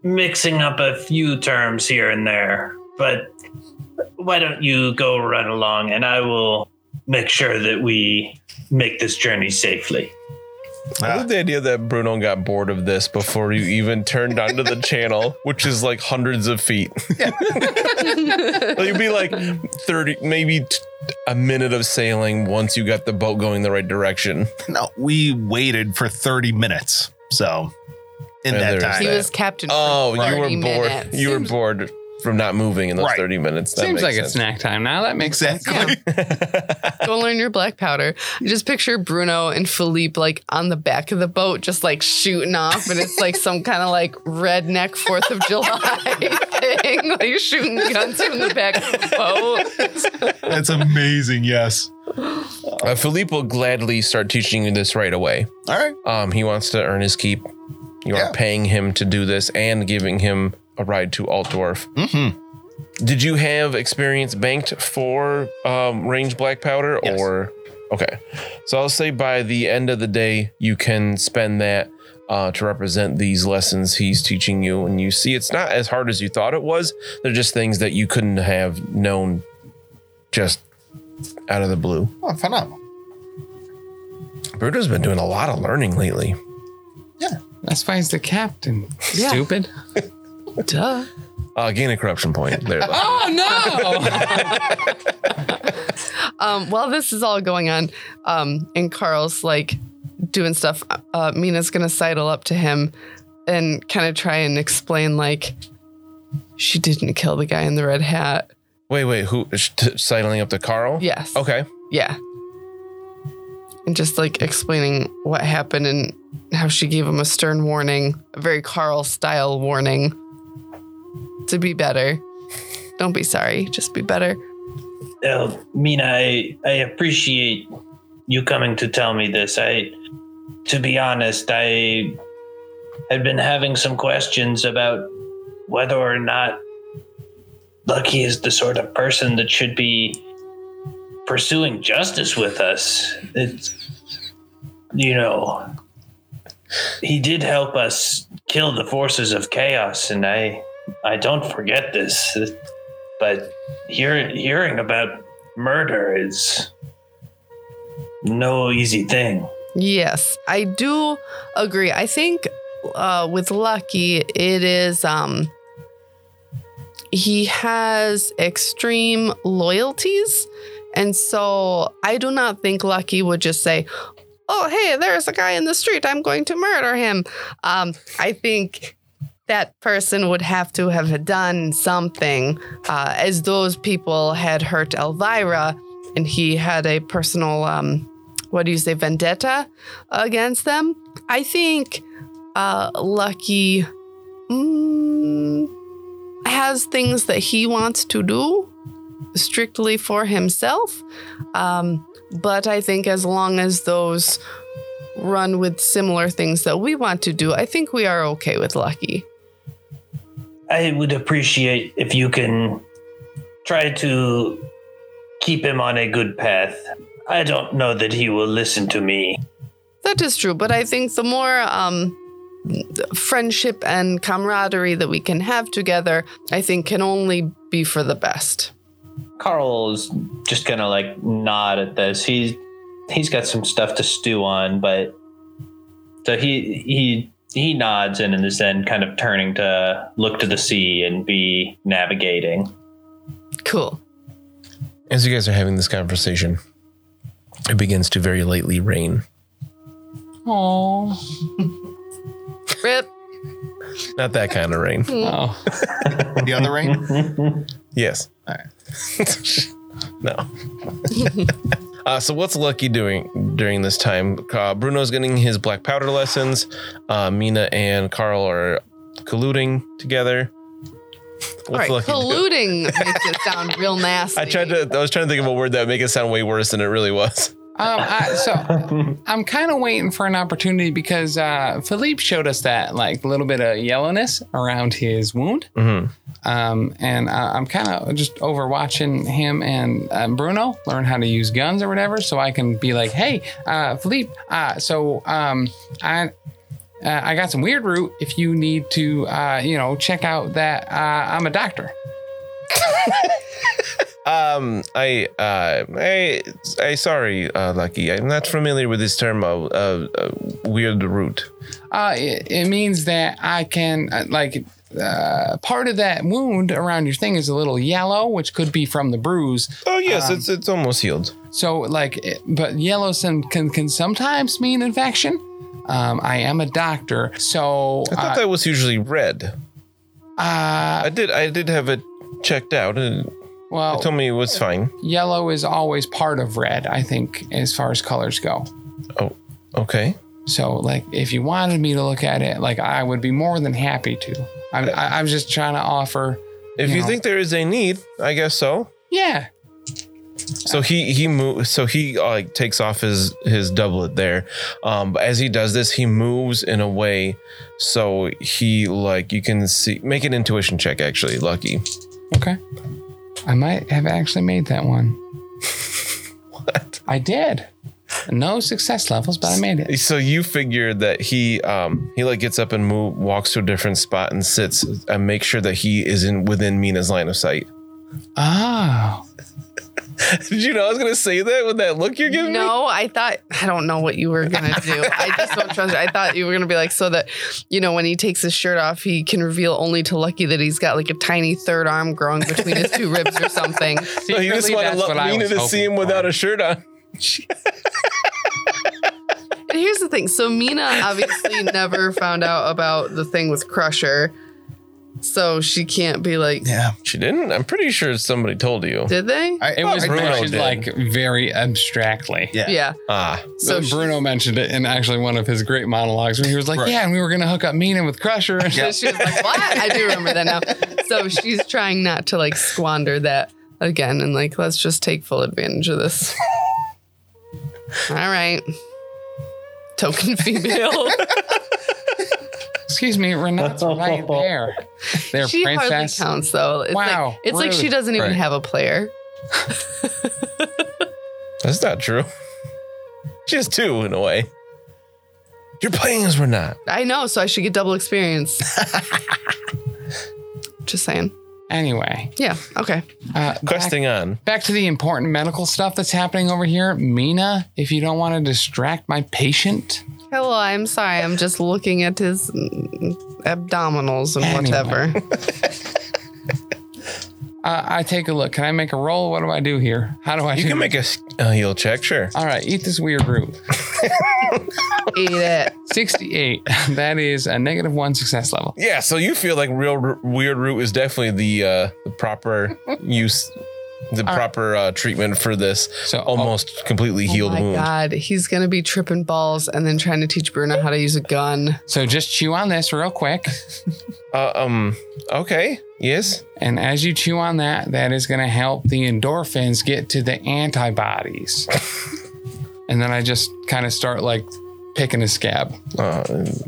[SPEAKER 8] mixing up a few terms here and there, but why don't you go run along and I will make sure that we make this journey safely.
[SPEAKER 4] I
[SPEAKER 5] Uh,
[SPEAKER 4] love the idea that Bruno got bored of this before you even turned onto the channel, which is like hundreds of feet. Like, You'd be like 30, maybe t- a minute of sailing once you got the boat going the right direction.
[SPEAKER 5] no, we waited for 30 minutes. So, in
[SPEAKER 4] And
[SPEAKER 5] that
[SPEAKER 4] there's
[SPEAKER 5] time,
[SPEAKER 3] He
[SPEAKER 4] that.
[SPEAKER 3] was captain. for
[SPEAKER 4] Oh, you
[SPEAKER 3] 30
[SPEAKER 4] were bored.
[SPEAKER 3] minutes.
[SPEAKER 4] You
[SPEAKER 7] Seems-
[SPEAKER 4] were bored from not moving in those
[SPEAKER 5] Right.
[SPEAKER 4] 30 minutes. That
[SPEAKER 7] Seems
[SPEAKER 4] makes
[SPEAKER 7] like
[SPEAKER 4] sense.
[SPEAKER 7] it's snack time now. That makes sense.
[SPEAKER 5] exactly.
[SPEAKER 3] Go learn your black powder. I just picture Bruno and Philippe like on the back of the boat, just like shooting off, and it's like some kind of like redneck Fourth of July thing, like shooting guns from the back of the boat.
[SPEAKER 5] That's amazing. Yes.
[SPEAKER 4] Uh, Philippe will gladly start teaching you this right away.
[SPEAKER 5] All right.
[SPEAKER 4] Um, he wants to earn his keep. You
[SPEAKER 5] Yeah.
[SPEAKER 4] are paying him to do this and giving him a ride to Altdorf.
[SPEAKER 5] Mm-hmm.
[SPEAKER 4] Did you have experience banked for um, range black powder
[SPEAKER 5] Yes.
[SPEAKER 4] or? Okay. So I'll say by the end of the day, you can spend that uh, to represent these lessons he's teaching you. And you see, it's not as hard as you thought it was. They're just things that you couldn't have known just out of the blue.
[SPEAKER 5] Oh, phenomenal.
[SPEAKER 4] Bruto's been doing a lot of learning lately.
[SPEAKER 7] That's why he's the captain.
[SPEAKER 3] Yeah.
[SPEAKER 7] Stupid.
[SPEAKER 3] Duh.
[SPEAKER 4] Uh, gain a corruption point. There.
[SPEAKER 7] Oh
[SPEAKER 3] Um, while this is all going on, um, and Carl's like doing stuff, uh, Mina's gonna sidle up to him and kind of try and explain like she didn't kill the guy in the red hat.
[SPEAKER 4] Wait, wait. Who sh- t- sidling up to Carl?
[SPEAKER 3] Yes.
[SPEAKER 4] Okay.
[SPEAKER 3] Yeah. And just like explaining what happened and how she gave him a stern warning, a very Carl style warning to be better. Don't be sorry, just be better.
[SPEAKER 8] Uh, Mina, I, I appreciate you coming to tell me this. I to be honest, I had been having some questions about whether or not Lucky is the sort of person that should be pursuing justice with us. It's, you know, he did help us kill the forces of chaos, and I, I don't forget this. But hear, hearing about murder is no easy thing.
[SPEAKER 3] Yes, I do agree. I think uh, with Lucky, it is um, he has extreme loyalties, and so I do not think Lucky would just say, "Oh, hey, there's a guy in the street. I'm going to murder him." Um, I think that person would have to have done something, uh, as those people had hurt Elvira, and he had a personal. Um, what do you say, vendetta against them. I think uh, Lucky mm, has things that he wants to do strictly for himself. Um, but I think as long as those run with similar things that we want to do, I think we are okay with Lucky.
[SPEAKER 8] I would appreciate if you can try to keep him on a good path. I don't know that he will listen to me.
[SPEAKER 3] That is true, but I think the more um, friendship and camaraderie that we can have together, I think can only be for the best.
[SPEAKER 6] Carl is just gonna like nod at this. He's he's got some stuff to stew on, but so he he he nods and is then kind of turning to look to the sea and be navigating.
[SPEAKER 3] Cool.
[SPEAKER 4] As you guys are having this conversation, it begins to very lightly rain.
[SPEAKER 7] Oh.
[SPEAKER 3] Rip.
[SPEAKER 4] Not that kind of rain.
[SPEAKER 7] Oh.
[SPEAKER 5] The other rain?
[SPEAKER 4] Yes.
[SPEAKER 5] All right.
[SPEAKER 4] no. uh, so what's Lucky doing during this time? Uh, Bruno's getting his black powder lessons. Uh, Mina and Carl are colluding together. What's
[SPEAKER 3] All right,
[SPEAKER 4] Lucky doing?
[SPEAKER 3] polluting makes it sound real nasty.
[SPEAKER 4] I tried to. I was trying to think of a word that would make it sound way worse than it really was.
[SPEAKER 7] Um, I, so I'm kind of waiting for an opportunity because uh, Philippe showed us that like little bit of yellowness around his wound,
[SPEAKER 4] Mhm.
[SPEAKER 7] um, and I, I'm kind of just overwatching him and um, Bruno learn how to use guns or whatever, so I can be like, "Hey, uh, Philippe, uh, so um, I." Uh, I got some weird root. If you need to, uh, you know, check out that uh, I'm a doctor.
[SPEAKER 4] Um, I, uh, I, I, sorry, uh, Lucky. I'm not familiar with this term. Uh, uh, uh, weird root.
[SPEAKER 7] Uh, it, it means that I can, uh, like, uh, part of that wound around your thing is a little yellow, which could be from the bruise.
[SPEAKER 4] Oh yes, it's it's almost healed.
[SPEAKER 7] So, like, it- but yellow some, can, can sometimes mean infection. Um, I am a doctor, so
[SPEAKER 4] I thought
[SPEAKER 7] uh,
[SPEAKER 4] that was usually red.
[SPEAKER 7] uh,
[SPEAKER 4] I did, I did have it checked out, and it
[SPEAKER 7] well,
[SPEAKER 4] told me it was fine.
[SPEAKER 7] yellow is always part of red, I think, as far as colors go.
[SPEAKER 4] Okay.
[SPEAKER 7] So, like, if you wanted me to look at it, like, I would be more than happy to. I, I, I was just trying to offer,
[SPEAKER 4] If
[SPEAKER 7] You
[SPEAKER 4] you
[SPEAKER 7] know.
[SPEAKER 4] think there is a need, I guess so.
[SPEAKER 7] yeah,
[SPEAKER 4] So he he moves. So he uh, like takes off his his doublet there. Um, but as he does this, he moves in a way so he like you can see. Make an intuition check, actually, Lucky.
[SPEAKER 7] Okay. I might have actually made that one. what? I did. No success levels, but I made it.
[SPEAKER 4] So you figure that he um he like gets up and move walks to a different spot and sits and make sure that he is in within Mina's line of sight.
[SPEAKER 7] Oh.
[SPEAKER 4] Did you know I was gonna say that with that look you're giving me?
[SPEAKER 3] No, I thought I don't know what you were gonna do. I just don't trust. It. I thought you were gonna be like so that you know when he takes his shirt off, he can reveal only to Lucky that he's got like a tiny third arm growing between his two ribs or something.
[SPEAKER 4] No, Oh, you just
[SPEAKER 7] Secretly,
[SPEAKER 4] want to
[SPEAKER 7] that's what
[SPEAKER 4] let
[SPEAKER 7] I
[SPEAKER 4] Mina
[SPEAKER 7] was
[SPEAKER 4] to
[SPEAKER 7] hoping
[SPEAKER 4] see him
[SPEAKER 7] for.
[SPEAKER 4] without a shirt on.
[SPEAKER 3] And here's the thing. So Mina obviously never found out about the thing with Crusher, so she can't be like,
[SPEAKER 5] Yeah.
[SPEAKER 4] She didn't. I'm pretty sure somebody told you.
[SPEAKER 3] did they?
[SPEAKER 5] I,
[SPEAKER 7] It was
[SPEAKER 5] I-
[SPEAKER 4] Bruno
[SPEAKER 7] mentioned
[SPEAKER 4] did.
[SPEAKER 7] like very abstractly.
[SPEAKER 5] Yeah.
[SPEAKER 3] yeah.
[SPEAKER 4] Ah,
[SPEAKER 3] So
[SPEAKER 7] Uh,
[SPEAKER 3] she-
[SPEAKER 7] Bruno mentioned it in actually one of his great monologues where he was like,
[SPEAKER 5] Right.
[SPEAKER 7] Yeah, and we were going to hook up Mina with Crusher. And
[SPEAKER 3] So she was like, "What?" I do remember that now. So she's trying not to like squander that again, and like let's just take full advantage of this. All right, token female.
[SPEAKER 7] Excuse me, Renat's right there. There,
[SPEAKER 3] she
[SPEAKER 7] princess.
[SPEAKER 3] hardly counts though. It's
[SPEAKER 7] Wow,
[SPEAKER 3] like it's like she
[SPEAKER 7] rude.
[SPEAKER 3] doesn't even
[SPEAKER 4] Right.
[SPEAKER 3] have a player.
[SPEAKER 4] That's not true. Just two in a way. You're playing as we're not.
[SPEAKER 3] I know, so I should get double experience. Just saying.
[SPEAKER 7] Anyway,
[SPEAKER 3] Yeah. Okay.
[SPEAKER 7] uh, back,
[SPEAKER 4] Questing on.
[SPEAKER 7] back to the important medical stuff that's happening over here. Mina, if you don't want to distract my patient,
[SPEAKER 3] Hello. I'm sorry. I'm just looking at his mm, abdominals and
[SPEAKER 7] Anyway.
[SPEAKER 3] whatever.
[SPEAKER 7] uh, I take a look. Can I make a roll? What do I do here? How do I?
[SPEAKER 4] You
[SPEAKER 7] do
[SPEAKER 4] can make a uh, heal check, sure.
[SPEAKER 7] All right, eat this weird root.
[SPEAKER 3] Eat it.
[SPEAKER 7] 68. that is a negative one success level.
[SPEAKER 4] Yeah, so you feel like real r- weird root is definitely the uh, the proper use, the proper uh, treatment for this
[SPEAKER 7] So
[SPEAKER 4] almost completely healed
[SPEAKER 3] oh my
[SPEAKER 4] wound.
[SPEAKER 3] god, he's gonna be tripping balls and then trying to teach Bruno how to use a gun.
[SPEAKER 7] So just chew on this real quick.
[SPEAKER 4] Uh, um. Okay. Yes.
[SPEAKER 7] And as you chew on that, that is going to help the endorphins get to the antibodies. and then I just kind of start like picking a scab.
[SPEAKER 4] Uh,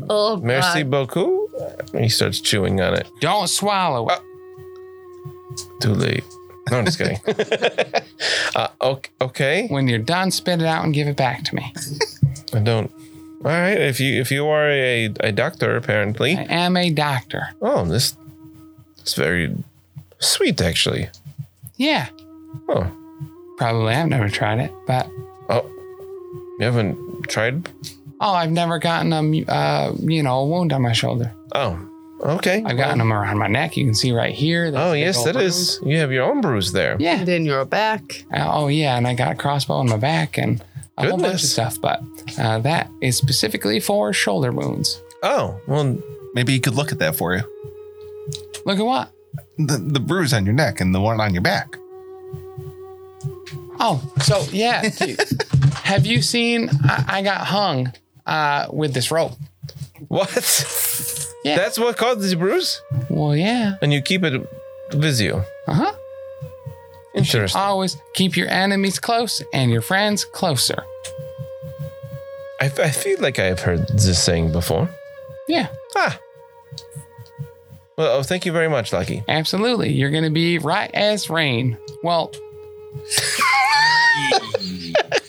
[SPEAKER 3] Oh,
[SPEAKER 4] merci
[SPEAKER 3] God.
[SPEAKER 4] beaucoup. He starts chewing on it.
[SPEAKER 7] Don't swallow it.
[SPEAKER 4] Too late. No, I'm just kidding. uh, okay. Okay.
[SPEAKER 7] When you're done, spit it out and give it back to me.
[SPEAKER 4] I don't. All right. If you if you are a, a doctor, apparently.
[SPEAKER 7] I am a doctor.
[SPEAKER 4] Oh, this. It's very sweet, actually.
[SPEAKER 7] Yeah.
[SPEAKER 4] Oh.
[SPEAKER 7] Probably. I've never tried it, but
[SPEAKER 4] Oh. You haven't tried?
[SPEAKER 7] oh, I've never gotten a mu- uh, you know a wound on my shoulder.
[SPEAKER 4] Oh. Okay.
[SPEAKER 7] I've gotten them around my neck. You can see right here. That's a
[SPEAKER 4] Oh
[SPEAKER 7] big
[SPEAKER 4] yes,
[SPEAKER 7] old
[SPEAKER 4] that is. You have your own bruise there.
[SPEAKER 7] bruise. Yeah.
[SPEAKER 3] And in your back.
[SPEAKER 7] Uh, oh yeah, and I got a crossbow in my back and a whole bunch of
[SPEAKER 4] Goodness.
[SPEAKER 7] stuff. But uh, that is specifically for shoulder wounds.
[SPEAKER 4] Oh well.
[SPEAKER 5] Maybe you could look at that for you.
[SPEAKER 7] Look at what?
[SPEAKER 5] The, the bruise on your neck and the one on your back.
[SPEAKER 7] Oh, so yeah. Have you seen? I, I got hung uh, with this rope.
[SPEAKER 4] What?
[SPEAKER 7] Yeah.
[SPEAKER 4] That's what causes the bruise,
[SPEAKER 7] Well, yeah.
[SPEAKER 4] and you keep it with you.
[SPEAKER 7] Uh huh.
[SPEAKER 4] Interesting.
[SPEAKER 7] Always keep your enemies close and your friends closer.
[SPEAKER 4] I, I feel like I've heard this saying before.
[SPEAKER 7] Yeah,
[SPEAKER 4] Ah. Well, oh, thank you very much, Lucky.
[SPEAKER 7] absolutely. You're gonna be right as rain. Well,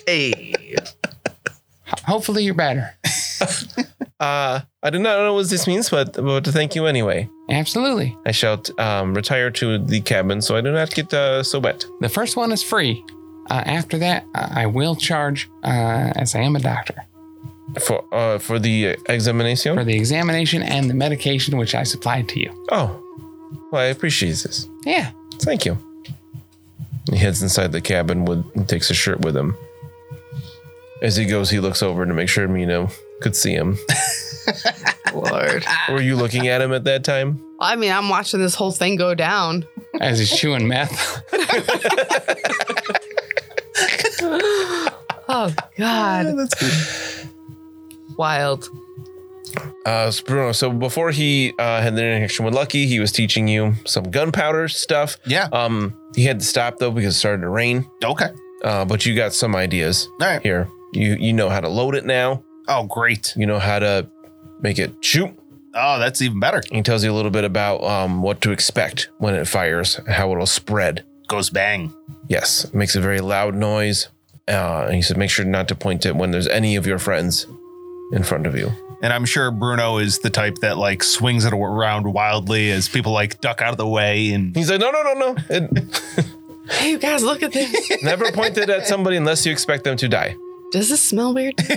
[SPEAKER 3] Hey.
[SPEAKER 7] ho- hopefully you're better.
[SPEAKER 4] Uh, I do not know what this means, but but thank you anyway.
[SPEAKER 7] Absolutely.
[SPEAKER 4] I shall um, retire to the cabin so I do not get uh, so wet.
[SPEAKER 7] The first one is free. Uh, after that, I I will charge uh, as I am a doctor.
[SPEAKER 4] For uh, for the
[SPEAKER 7] for
[SPEAKER 4] examination.
[SPEAKER 7] the examination and the medication which I supplied to you.
[SPEAKER 4] Oh, well, I appreciate this.
[SPEAKER 7] Yeah.
[SPEAKER 4] Thank you. He heads inside the cabin with and takes his shirt with him. As he goes, he looks over to make sure Mina could see him.
[SPEAKER 3] Lord.
[SPEAKER 4] Were you looking at him at that time?
[SPEAKER 3] I mean, I'm watching this whole thing go down.
[SPEAKER 7] As he's chewing meth.
[SPEAKER 3] Oh God. Wild.
[SPEAKER 4] Uh, so Bruno, so before he uh, had the interaction with Lucky, he was teaching you some gunpowder stuff.
[SPEAKER 5] Yeah.
[SPEAKER 4] Um, he had to stop though because it started to rain.
[SPEAKER 5] Okay.
[SPEAKER 4] Uh, but you got some ideas
[SPEAKER 5] All right.
[SPEAKER 4] here. You you know how to load it now.
[SPEAKER 5] Oh, great.
[SPEAKER 4] You know how to make it shoot.
[SPEAKER 5] Oh, that's even better.
[SPEAKER 4] He tells you a little bit about um, what to expect when it fires, how it'll spread.
[SPEAKER 5] Goes bang.
[SPEAKER 4] Yes, it makes a very loud noise. Uh, and he said, make sure not to point it when there's any of your friends in front of you.
[SPEAKER 5] And I'm sure Bruno is the type that like swings it around wildly as people like duck out of the way and
[SPEAKER 4] He's like, no, no, no, no. It,
[SPEAKER 3] Hey, you guys, look at this.
[SPEAKER 4] never point it at somebody unless you expect them to die.
[SPEAKER 3] Does this smell weird?
[SPEAKER 5] oh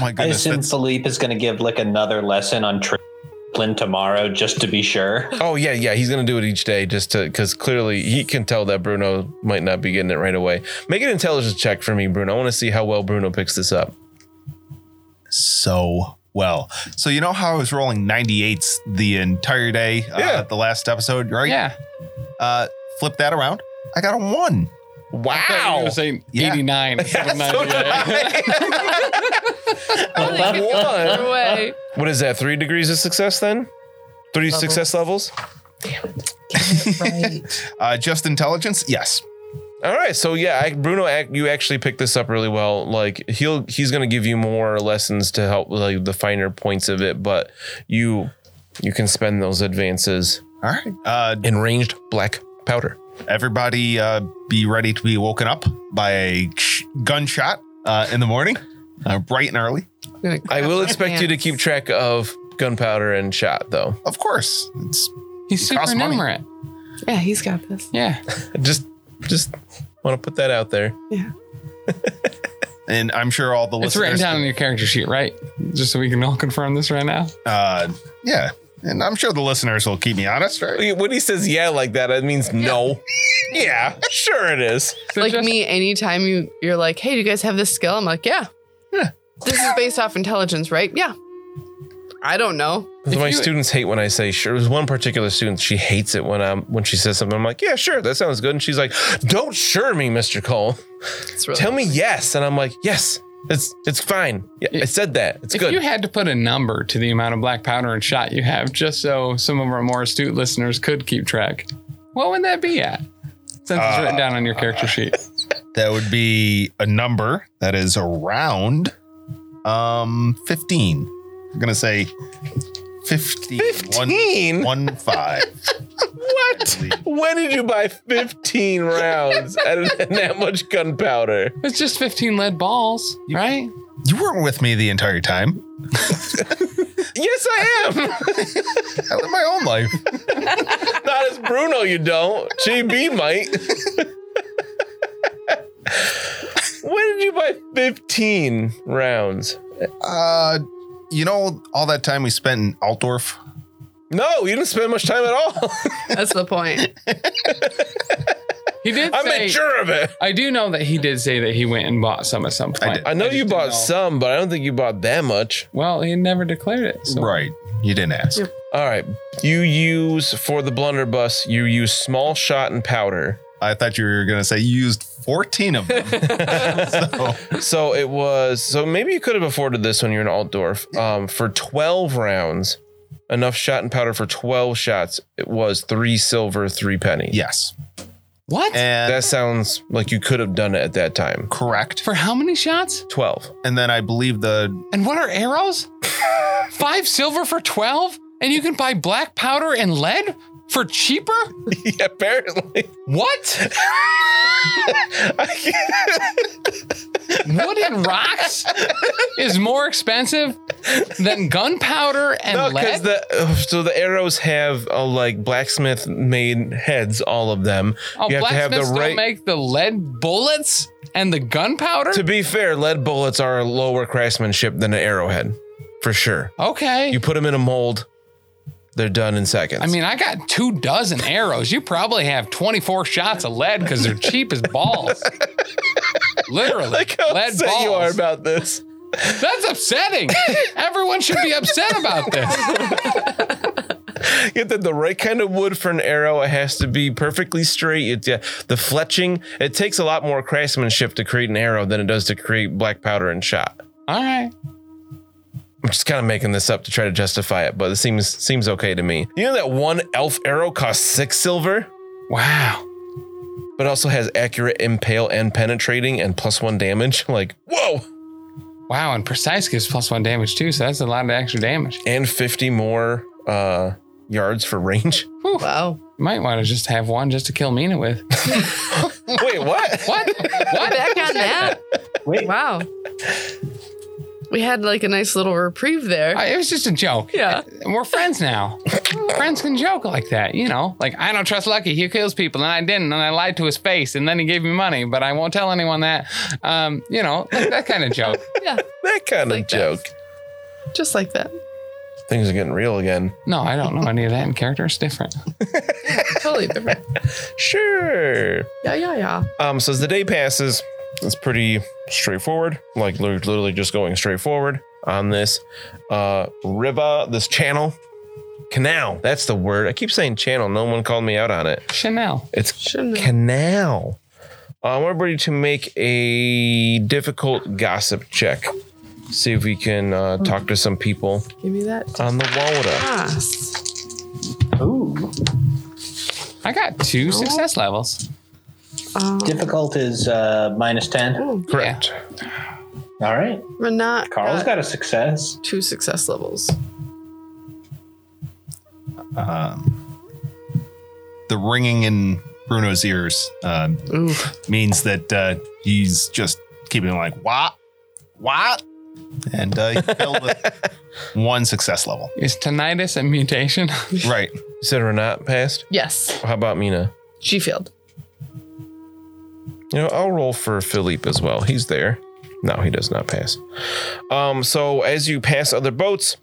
[SPEAKER 5] my
[SPEAKER 6] I
[SPEAKER 5] goodness,
[SPEAKER 6] assume
[SPEAKER 5] that's
[SPEAKER 6] Philippe is going to give like another lesson on Triplin tomorrow just to be sure.
[SPEAKER 4] Oh yeah, yeah. He's gonna do it each day just to because clearly he can tell that Bruno might not be getting it right away. Make an intelligence check for me, Bruno. I want to see how well Bruno picks this up.
[SPEAKER 5] so well. So you know how I was rolling 98s the entire day uh,
[SPEAKER 4] Yeah.
[SPEAKER 5] the last episode, right?
[SPEAKER 7] Yeah.
[SPEAKER 5] Uh, flip that around. I got a one.
[SPEAKER 4] Wow.
[SPEAKER 7] say
[SPEAKER 5] Yeah.
[SPEAKER 7] 89.
[SPEAKER 4] So did I. One.
[SPEAKER 3] Away.
[SPEAKER 4] What is that? Three degrees of success then? Three success levels?
[SPEAKER 3] Right.
[SPEAKER 5] Uh, just intelligence? Yes.
[SPEAKER 4] All right, so yeah, I, Bruno, ac- you actually picked this up really well. Like he'll he's going to give you more lessons to help like the finer points of it, but you you can spend those advances
[SPEAKER 5] All right. Uh,
[SPEAKER 4] in ranged black powder.
[SPEAKER 5] everybody uh, be ready to be woken up by a sh- gunshot uh, in the morning, uh, bright and early.
[SPEAKER 3] I'm gonna
[SPEAKER 4] I
[SPEAKER 3] grab
[SPEAKER 4] will
[SPEAKER 3] my
[SPEAKER 4] expect you to
[SPEAKER 3] pants.
[SPEAKER 4] keep track of gunpowder and shot, though.
[SPEAKER 5] Of course. It's,
[SPEAKER 7] He's
[SPEAKER 5] It costs money.
[SPEAKER 7] supernumerate.
[SPEAKER 3] Yeah, he's got this.
[SPEAKER 7] Yeah.
[SPEAKER 4] Just just want to put that out there.
[SPEAKER 5] and I'm sure all the
[SPEAKER 7] It's written
[SPEAKER 5] listeners.
[SPEAKER 7] down on your character sheet, right? Just so we can all confirm this right now.
[SPEAKER 5] Uh, yeah. And I'm sure the listeners will keep me honest, right?
[SPEAKER 4] When he says yeah like that, it means no. yeah, sure it is.
[SPEAKER 3] like me, anytime you you're like, hey, do you guys have this skill? I'm like, yeah. This is based off intelligence, right? Yeah. I don't know.
[SPEAKER 4] my students hate when I say sure. There's one particular student she hates it when I'm when she says something. I'm like, yeah, sure, that sounds good, and she's like, don't sure me, Mr. Cole.
[SPEAKER 3] It's really
[SPEAKER 4] Tell me yes, and I'm like, yes, it's it's fine. Yeah, I said that. It's
[SPEAKER 7] If
[SPEAKER 4] good.
[SPEAKER 7] you had to put a number to the amount of black powder and shot you have, just so some of our more astute listeners could keep track, what would that be at? Since it's written down on your character sheet.
[SPEAKER 5] That would be a number that is around um 15. I'm going to say 15.
[SPEAKER 4] 15?
[SPEAKER 5] One, one five.
[SPEAKER 4] what? When did you buy 15 rounds and and that much gunpowder?
[SPEAKER 7] It's just 15 lead balls, right?
[SPEAKER 5] You weren't with me the entire time.
[SPEAKER 4] Yes, I am.
[SPEAKER 5] I live my own life.
[SPEAKER 4] Not as Bruno, you don't. JB might. when did you buy 15 rounds?
[SPEAKER 5] Uh, you know, all that time we spent in Altdorf.
[SPEAKER 4] No, you didn't spend much time at all.
[SPEAKER 3] that's the point.
[SPEAKER 7] He did
[SPEAKER 4] I
[SPEAKER 7] say.
[SPEAKER 4] made sure of it.
[SPEAKER 7] I do know that he did say that he went and bought some at some point.
[SPEAKER 5] did.
[SPEAKER 4] I know
[SPEAKER 7] just
[SPEAKER 4] you
[SPEAKER 7] didn't
[SPEAKER 4] bought
[SPEAKER 7] know.
[SPEAKER 4] some, but I don't think you bought that much.
[SPEAKER 7] Well, he never declared it. So.
[SPEAKER 5] Right. You didn't ask.
[SPEAKER 4] All right. You use for the blunderbuss, you use small shot and powder.
[SPEAKER 5] I thought you were gonna say you used 14 of them. so,
[SPEAKER 4] So it was so maybe you could have afforded this when you're in Altdorf. Um, for 12 rounds, enough shot and powder for 12 shots. It was three silver, three pennies.
[SPEAKER 5] yes.
[SPEAKER 7] What?
[SPEAKER 5] And
[SPEAKER 4] That sounds like you could have done it at that time.
[SPEAKER 5] correct.
[SPEAKER 7] For how many shots?
[SPEAKER 4] 12.
[SPEAKER 5] And then I believe the
[SPEAKER 7] And what are arrows? Five silver for 12? And you can buy black powder and lead for cheaper?
[SPEAKER 4] yeah, apparently.
[SPEAKER 7] What? Wooden rocks is more expensive than gunpowder and
[SPEAKER 4] No,
[SPEAKER 7] lead.
[SPEAKER 4] because the uh, so the arrows have uh, like blacksmith made heads, all of them.
[SPEAKER 7] oh,
[SPEAKER 4] you have to have
[SPEAKER 7] blacksmiths
[SPEAKER 4] the right.
[SPEAKER 7] don't make the lead bullets and the gunpowder.
[SPEAKER 4] to be fair, lead bullets are lower craftsmanship than an arrowhead, for sure.
[SPEAKER 7] okay.
[SPEAKER 4] You put them in a mold, they're done in seconds.
[SPEAKER 7] I mean, I got two dozen arrows. You probably have 24 shots of lead because they're cheap as balls. Literally,
[SPEAKER 4] like how
[SPEAKER 7] lead
[SPEAKER 4] upset you are
[SPEAKER 7] balls.
[SPEAKER 4] about this.
[SPEAKER 7] That's upsetting. Everyone should be upset about this.
[SPEAKER 4] You have to have the right kind of wood for an arrow. It has to be perfectly straight. It, yeah, the fletching. It takes a lot more craftsmanship to create an arrow than it does to create black powder and shot.
[SPEAKER 7] All right.
[SPEAKER 4] I'm just kind of making this up to try to justify it, but it seems seems okay to me. You know that one elf arrow costs six silver,
[SPEAKER 7] Wow.
[SPEAKER 4] but also has accurate impale and penetrating and plus one damage. Like whoa,
[SPEAKER 7] Wow, and precise gives plus one damage too, so that's a lot of extra damage.
[SPEAKER 4] and fifty more uh, yards for range.
[SPEAKER 3] Wow.
[SPEAKER 7] Might want to just have one just to kill Mina with.
[SPEAKER 4] Wait, what?
[SPEAKER 7] What? what?
[SPEAKER 3] Back on that.
[SPEAKER 6] Wait.
[SPEAKER 3] Wow. We had like a nice little reprieve there.
[SPEAKER 7] I- it was just a joke.
[SPEAKER 3] yeah.
[SPEAKER 7] We're friends now. friends can joke like that, you know. Like I don't trust Lucky. He kills people, and I didn't, and I lied to his face, and then he gave me money, but I won't tell anyone that. Um, you know, like that kind of joke.
[SPEAKER 3] Yeah.
[SPEAKER 4] That kind of
[SPEAKER 3] Like that.
[SPEAKER 4] joke.
[SPEAKER 3] Just like that.
[SPEAKER 4] Things are getting real again.
[SPEAKER 7] No, I don't know any of that in character. It's different.
[SPEAKER 3] Totally different.
[SPEAKER 4] Sure.
[SPEAKER 3] Yeah, yeah, yeah.
[SPEAKER 4] Um, so as the day passes, it's pretty straightforward. Like li- literally just going straight forward on this uh river, this channel. Canal. That's the word. I keep saying channel. No one called me out on it.
[SPEAKER 7] Chanel.
[SPEAKER 4] It's
[SPEAKER 3] Shouldn't have.
[SPEAKER 4] canal. I want everybody to make a difficult gossip check. See if we can uh, talk to some people
[SPEAKER 3] Give me that.
[SPEAKER 4] on the Walda.
[SPEAKER 3] Ah.
[SPEAKER 6] Ooh.
[SPEAKER 7] I got two success levels.
[SPEAKER 3] Um,
[SPEAKER 6] Difficult is uh, minus 10.
[SPEAKER 4] Correct.
[SPEAKER 6] All right.
[SPEAKER 3] Renat
[SPEAKER 6] Carl's
[SPEAKER 3] got
[SPEAKER 6] got a success.
[SPEAKER 3] two success levels.
[SPEAKER 5] Um, the ringing in Bruno's ears um,
[SPEAKER 3] Ooh.
[SPEAKER 5] means that uh, he's just keeping like what, what, and uh, he failed with one success level.
[SPEAKER 7] Is tinnitus a mutation?
[SPEAKER 5] Right.
[SPEAKER 4] You said Renat passed.
[SPEAKER 3] Yes,
[SPEAKER 4] How about Mina?
[SPEAKER 3] she failed.
[SPEAKER 4] You know, I'll roll for Philippe as well. He's there. No, he does not pass. Um, so as you pass other boats,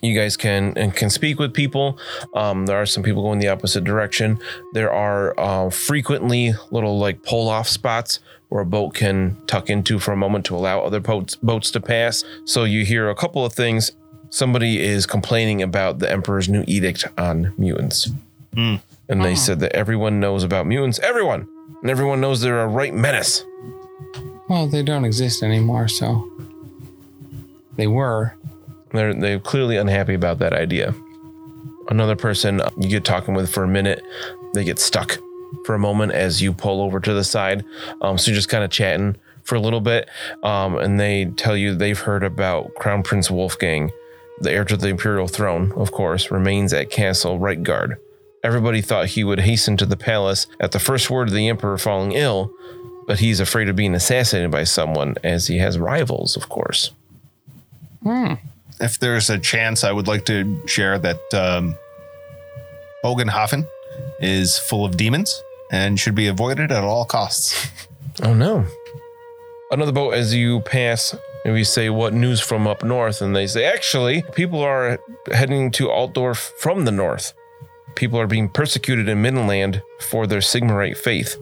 [SPEAKER 4] you guys can and can speak with people. Um, there are some people going the opposite direction. There are uh, frequently little like pull off spots where a boat can tuck into for a moment to allow other boats boats to pass. So you hear a couple of things. Somebody is complaining about the emperor's new edict on mutants,
[SPEAKER 5] Hmm.
[SPEAKER 4] and they said that everyone knows about mutants. Everyone and everyone knows they're a right menace.
[SPEAKER 7] well, they don't exist anymore, so they were.
[SPEAKER 4] They're they're clearly unhappy about that idea. Another person you get talking with for a minute, they get stuck for a moment as you pull over to the side. Um, so you're just kind of chatting for a little bit, um, and they tell you they've heard about Crown Prince Wolfgang, the heir to the imperial throne. Of course, remains at Castle Right Guard. Everybody thought he would hasten to the palace at the first word of the emperor falling ill, but he's afraid of being assassinated by someone, as he has rivals, of course.
[SPEAKER 5] If there's a chance, I would like to share that um, Bogenhofen is full of demons and should be avoided at all costs.
[SPEAKER 4] Oh no. Another boat as you pass, and we say, What news from up north? And they say, Actually, people are heading to Altdorf from the north. People are being persecuted in Midland for their Sigmarite faith.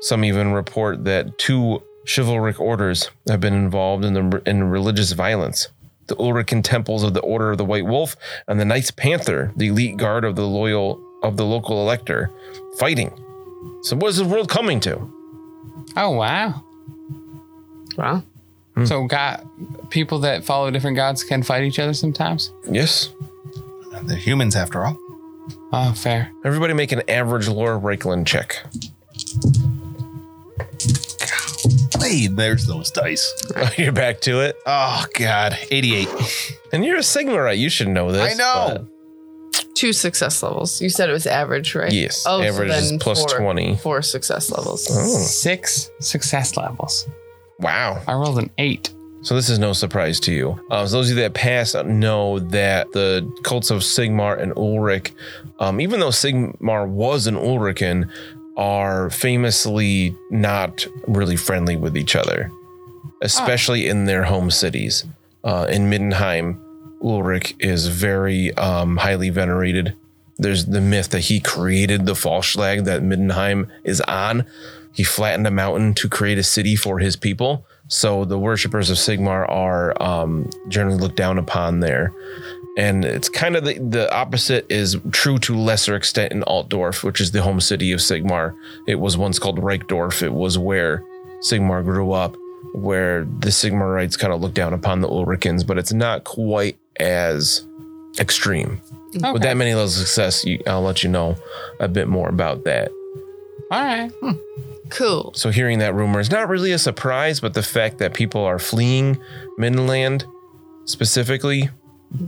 [SPEAKER 4] Some even report that two chivalric orders have been involved in, the, in religious violence. The Ulrican temples of the Order of the White Wolf and the Knights Panther, the elite guard of the loyal of the local elector, fighting. So what is the world coming to?
[SPEAKER 7] Oh wow!
[SPEAKER 3] Wow.
[SPEAKER 7] So God, people that follow different gods can fight each other sometimes.
[SPEAKER 4] Yes.
[SPEAKER 5] They're humans, after all.
[SPEAKER 7] Oh, fair.
[SPEAKER 4] Everybody make an average Laura Reichland check.
[SPEAKER 5] Hey, there's those dice.
[SPEAKER 4] you're back to it.
[SPEAKER 5] Oh God, 88.
[SPEAKER 4] And you're a Sigmarite. You should know this.
[SPEAKER 5] I know.
[SPEAKER 3] Two success levels. You said it was average,
[SPEAKER 4] but
[SPEAKER 3] right?
[SPEAKER 4] yes.
[SPEAKER 3] Oh, so
[SPEAKER 4] average is
[SPEAKER 3] then
[SPEAKER 4] plus
[SPEAKER 3] four.
[SPEAKER 4] 20.
[SPEAKER 3] Four success levels.
[SPEAKER 4] Oh,
[SPEAKER 7] Six success levels.
[SPEAKER 4] wow.
[SPEAKER 7] I rolled an eight.
[SPEAKER 4] So this is no surprise to you. Uh, so those of you that pass know that the cults of Sigmar and Ulrich, um, even though Sigmar was an Ulrican, are famously not really friendly with each other, especially in their home cities. Uh, in Middenheim, Ulrich is very um, highly venerated. There's the myth that he created the Falschlag that Middenheim is on. He flattened a mountain to create a city for his people. So the worshippers of Sigmar are um, generally looked down upon there. And it's kind of the, the opposite is true to lesser extent in Altdorf, which is the home city of Sigmar. It was once called Reichdorf. It was where Sigmar grew up, where the Sigmarites kind of looked down upon the Ulricans, but it's not quite as extreme.
[SPEAKER 7] Okay.
[SPEAKER 4] With that many levels of success, you, I'll let you know a bit more about that.
[SPEAKER 7] All right.
[SPEAKER 3] Cool.
[SPEAKER 4] So hearing that rumor is not really a surprise, but the fact that people are fleeing Midland specifically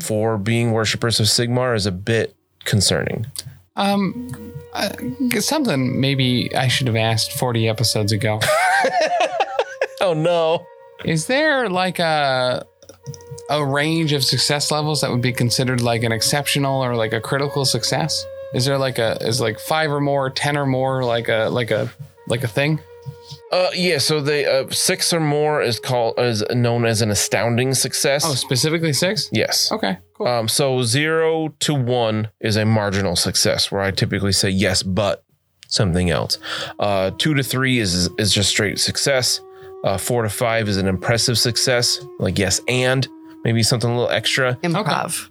[SPEAKER 4] for being worshippers of Sigmar is a bit concerning.
[SPEAKER 7] Um, uh, something maybe I should have asked 40 episodes ago.
[SPEAKER 4] Oh no.
[SPEAKER 7] Is there like a a range of success levels that would be considered like an exceptional or like a critical success? Is there like a is like five or more, ten or more, like a like a like a thing?
[SPEAKER 4] Uh yeah, so they uh six or more is called is known as an astounding success.
[SPEAKER 7] Oh, specifically six.
[SPEAKER 4] yes.
[SPEAKER 7] Okay, cool.
[SPEAKER 4] Um so 0 to 1 is a marginal success where I typically say yes but something else. Uh 2 to 3 is is just straight success. Uh 4 to 5 is an impressive success, like yes and maybe something a little extra,
[SPEAKER 3] Improv.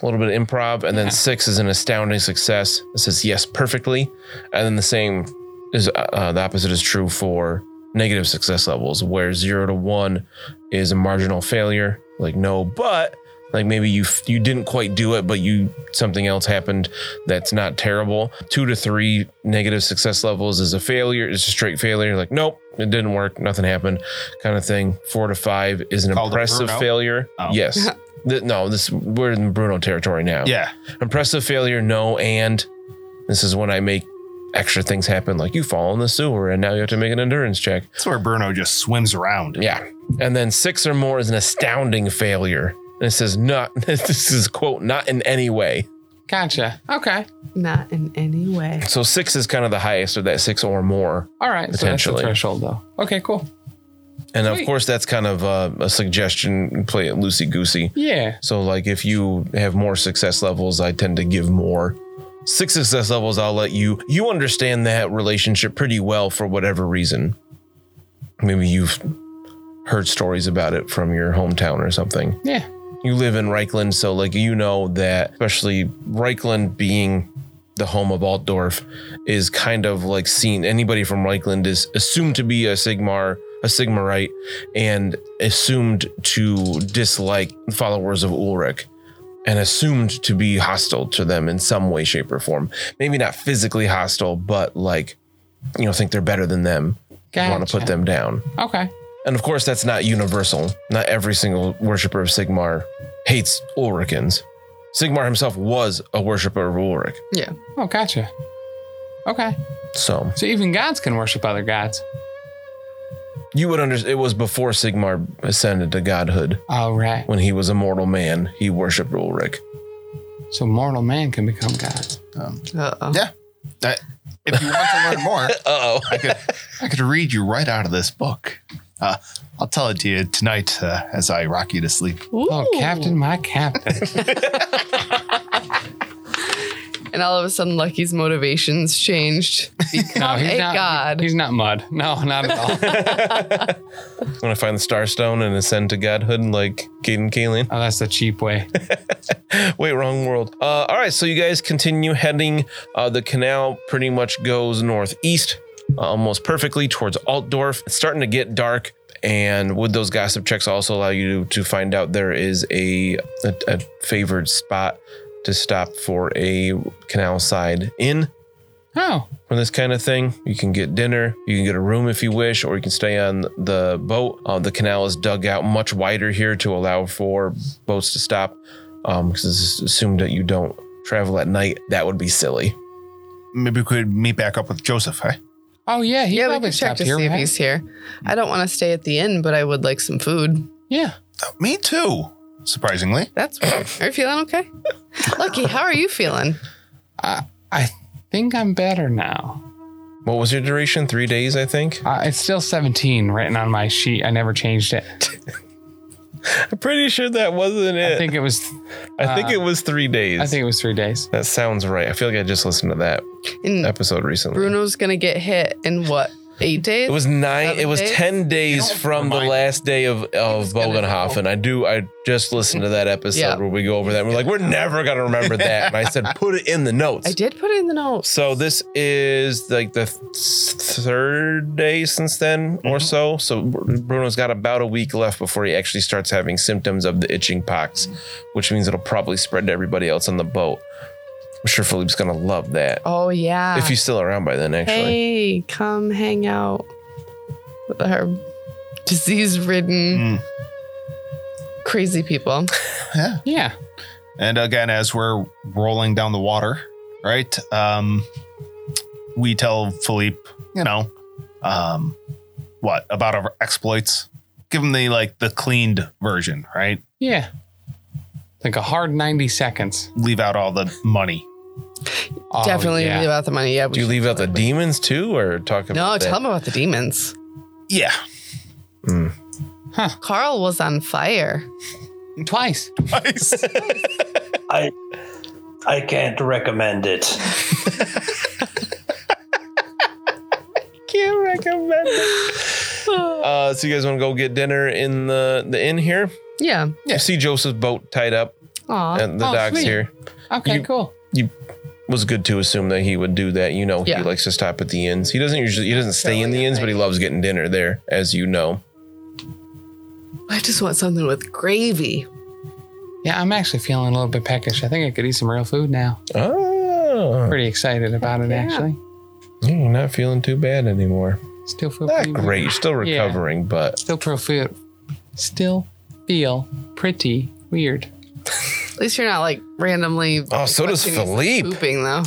[SPEAKER 4] a little bit of improv and then 6 is an astounding success. It says yes perfectly. And then the same is uh, uh, the opposite is true for negative success levels where 0 to 1 is a marginal failure, like no but Like maybe you f- you didn't quite do it, but you something else happened that's not terrible. Two to three negative success levels is a failure. It's a straight failure. Like nope, it didn't work. Nothing happened, kind of thing. Four to five is an
[SPEAKER 5] Called a
[SPEAKER 4] impressive
[SPEAKER 5] burnout?
[SPEAKER 4] failure.
[SPEAKER 5] Oh.
[SPEAKER 4] Yes. Th- no, this we're in Bruno territory now.
[SPEAKER 5] Yeah.
[SPEAKER 4] Impressive failure, no, and this is when I make extra things happen, like you fall in the sewer and now you have to make an endurance check.
[SPEAKER 5] That's where Bruno just swims around.
[SPEAKER 4] Yeah. And then six or more is an astounding failure. And it says not this is quote, not in any way.
[SPEAKER 7] Gotcha. Okay.
[SPEAKER 3] Not in any way.
[SPEAKER 4] So six is kind of the highest of that six or more.
[SPEAKER 7] All right. So that's the
[SPEAKER 4] Potentially.
[SPEAKER 7] threshold, though. Okay. Cool.
[SPEAKER 4] And of
[SPEAKER 7] Sweet.
[SPEAKER 4] course that's kind of a, a suggestion, play it loosey goosey.
[SPEAKER 7] Yeah.
[SPEAKER 4] So like if you have more success levels, I tend to give more. Six success levels, I'll let you you understand that relationship pretty well for whatever reason. Maybe you've heard stories about it from your hometown or something.
[SPEAKER 7] Yeah.
[SPEAKER 4] You live in Reichland, so like you know that especially Reichland being the home of Altdorf is kind of like seen anybody from Reichland is assumed to be a Sigmar, a Sigmarite, and assumed to dislike followers of Ulrich and assumed to be hostile to them in some way, shape, or form. Maybe not physically hostile, but like, you know, think they're better than them.
[SPEAKER 7] Gotcha.
[SPEAKER 4] Want to put them down.
[SPEAKER 7] Okay.
[SPEAKER 4] And of course, that's not universal. Not every single worshiper of Sigmar hates Ulricans. Sigmar himself was a worshiper of Ulric.
[SPEAKER 7] Oh, gotcha. Okay.
[SPEAKER 4] So
[SPEAKER 7] So even gods can worship other gods.
[SPEAKER 4] you would understand it was before Sigmar ascended to godhood.
[SPEAKER 7] All right.
[SPEAKER 4] When he was a mortal man, he worshipped Ulrich.
[SPEAKER 7] So mortal man can become gods.
[SPEAKER 3] Uh oh.
[SPEAKER 5] Yeah. That, if you want to learn more,
[SPEAKER 4] Uh oh.
[SPEAKER 5] I could I could read you right out of this book. Uh, I'll tell it to you tonight uh, as I rock you to sleep.
[SPEAKER 7] Oh, captain, my captain.
[SPEAKER 3] And all of a sudden, Lucky's motivations changed.
[SPEAKER 7] No,
[SPEAKER 3] Become
[SPEAKER 7] Oh, he's
[SPEAKER 3] a
[SPEAKER 7] not.
[SPEAKER 3] god.
[SPEAKER 7] He's not mud. No, not at all.
[SPEAKER 4] I'm gonna find the Starstone and ascend to godhood like Caden Kalian.
[SPEAKER 7] oh, that's the cheap way.
[SPEAKER 4] Wait, wrong world. Uh, all right, so you guys continue heading. Uh, the canal pretty much goes northeast, uh, almost perfectly towards Altdorf. It's starting to get dark, and would those gossip checks also allow you to, to find out there is a, a a favored spot to stop for a canal side inn
[SPEAKER 7] Oh,
[SPEAKER 4] for this kind of thing. You can get dinner, you can get a room if you wish, or you can stay on the boat. Uh, the canal is dug out much wider here to allow for boats to stop because it's assumed that you don't travel at night. That would be silly.
[SPEAKER 5] Maybe we could meet back up with Joseph. eh? Huh?
[SPEAKER 7] oh yeah. He
[SPEAKER 3] Yeah, we
[SPEAKER 7] probably
[SPEAKER 3] could check
[SPEAKER 7] stopped
[SPEAKER 3] to
[SPEAKER 7] here.
[SPEAKER 3] see if
[SPEAKER 7] right?
[SPEAKER 3] he's here. I don't want to stay at the inn, but I would like some food.
[SPEAKER 7] Yeah.
[SPEAKER 5] Me too. Surprisingly,
[SPEAKER 3] That's weird. Are you feeling okay? Lucky, how are you feeling?
[SPEAKER 7] I think I'm better now.
[SPEAKER 4] What was your duration? Three days, I think.
[SPEAKER 7] Uh, it's still 17 written on my sheet. I never changed it.
[SPEAKER 4] I'm pretty sure that wasn't it.
[SPEAKER 7] I think it was.
[SPEAKER 4] it was three days.
[SPEAKER 7] I think it was three days.
[SPEAKER 4] that sounds right. I feel like I just listened to that
[SPEAKER 3] And
[SPEAKER 4] episode recently.
[SPEAKER 3] Bruno's gonna get hit in what eight days?
[SPEAKER 4] It was nine.
[SPEAKER 3] Seven
[SPEAKER 4] It was
[SPEAKER 3] days? Oh
[SPEAKER 4] ten days from the last day of of
[SPEAKER 3] gonna
[SPEAKER 4] Bogenhofen. I do. I just listened to that episode
[SPEAKER 3] Yeah.
[SPEAKER 4] where we go over that. We're like, we're never gonna remember that. And I said, put it in the notes.
[SPEAKER 3] I did put it in the notes.
[SPEAKER 4] So this is like the th- third day since then
[SPEAKER 3] Mm-hmm.
[SPEAKER 4] or so. So Br- Bruno's got about a week left before he actually starts having symptoms of the itching pox, which means it'll probably spread to everybody else on the boat. I'm sure Philippe's gonna love that
[SPEAKER 3] Oh yeah.
[SPEAKER 4] if he's still around by then. Actually.
[SPEAKER 3] hey, come hang out with our disease-ridden,
[SPEAKER 7] Hmm.
[SPEAKER 5] Mm.
[SPEAKER 3] crazy people.
[SPEAKER 7] Yeah.
[SPEAKER 5] and again as we're rolling down the water, right? Um, we tell Philippe, you know, um, what about our exploits? Give him the like the cleaned version, right?
[SPEAKER 7] Yeah. Like a hard 90 seconds.
[SPEAKER 5] Leave out all the money.
[SPEAKER 7] Oh,
[SPEAKER 3] Definitely
[SPEAKER 7] yeah.
[SPEAKER 3] about the money. Yeah. we
[SPEAKER 4] Do you
[SPEAKER 3] should
[SPEAKER 4] leave out the
[SPEAKER 3] totally-
[SPEAKER 4] demons too, or talk about?
[SPEAKER 3] No,
[SPEAKER 4] that?
[SPEAKER 3] tell him about the demons.
[SPEAKER 5] Yeah,
[SPEAKER 3] Carl was on fire.
[SPEAKER 7] Twice.
[SPEAKER 8] I I can't recommend it.
[SPEAKER 4] Can't recommend it. Uh, so you guys want to go get dinner in the the inn here?
[SPEAKER 3] Yeah.
[SPEAKER 4] You see Joseph's boat tied up
[SPEAKER 3] Aw.
[SPEAKER 4] at the
[SPEAKER 7] Oh,
[SPEAKER 4] docks
[SPEAKER 7] sweet.
[SPEAKER 4] here.
[SPEAKER 7] Okay,
[SPEAKER 4] You-
[SPEAKER 7] cool.
[SPEAKER 4] Was good to assume that he would do that. You know,
[SPEAKER 3] Yeah.
[SPEAKER 4] he likes to stop at the inns. He doesn't usually he doesn't stay in the inns, but he loves getting dinner there, as you know.
[SPEAKER 3] I just want something with gravy.
[SPEAKER 7] Yeah, I'm actually feeling a little bit peckish. I think I could eat some real food now.
[SPEAKER 4] Oh,
[SPEAKER 7] Pretty excited about it,
[SPEAKER 3] Yeah.
[SPEAKER 7] actually.
[SPEAKER 4] yeah, you're not feeling too bad anymore.
[SPEAKER 7] Still feel
[SPEAKER 4] Not
[SPEAKER 7] pretty weak.
[SPEAKER 4] great. You're still
[SPEAKER 7] Yeah.
[SPEAKER 4] recovering, but
[SPEAKER 7] Still pro feel. Still feel pretty weird.
[SPEAKER 3] At least you're not like randomly.
[SPEAKER 4] oh, so does
[SPEAKER 3] continuously
[SPEAKER 4] Philippe.
[SPEAKER 3] Pooping though.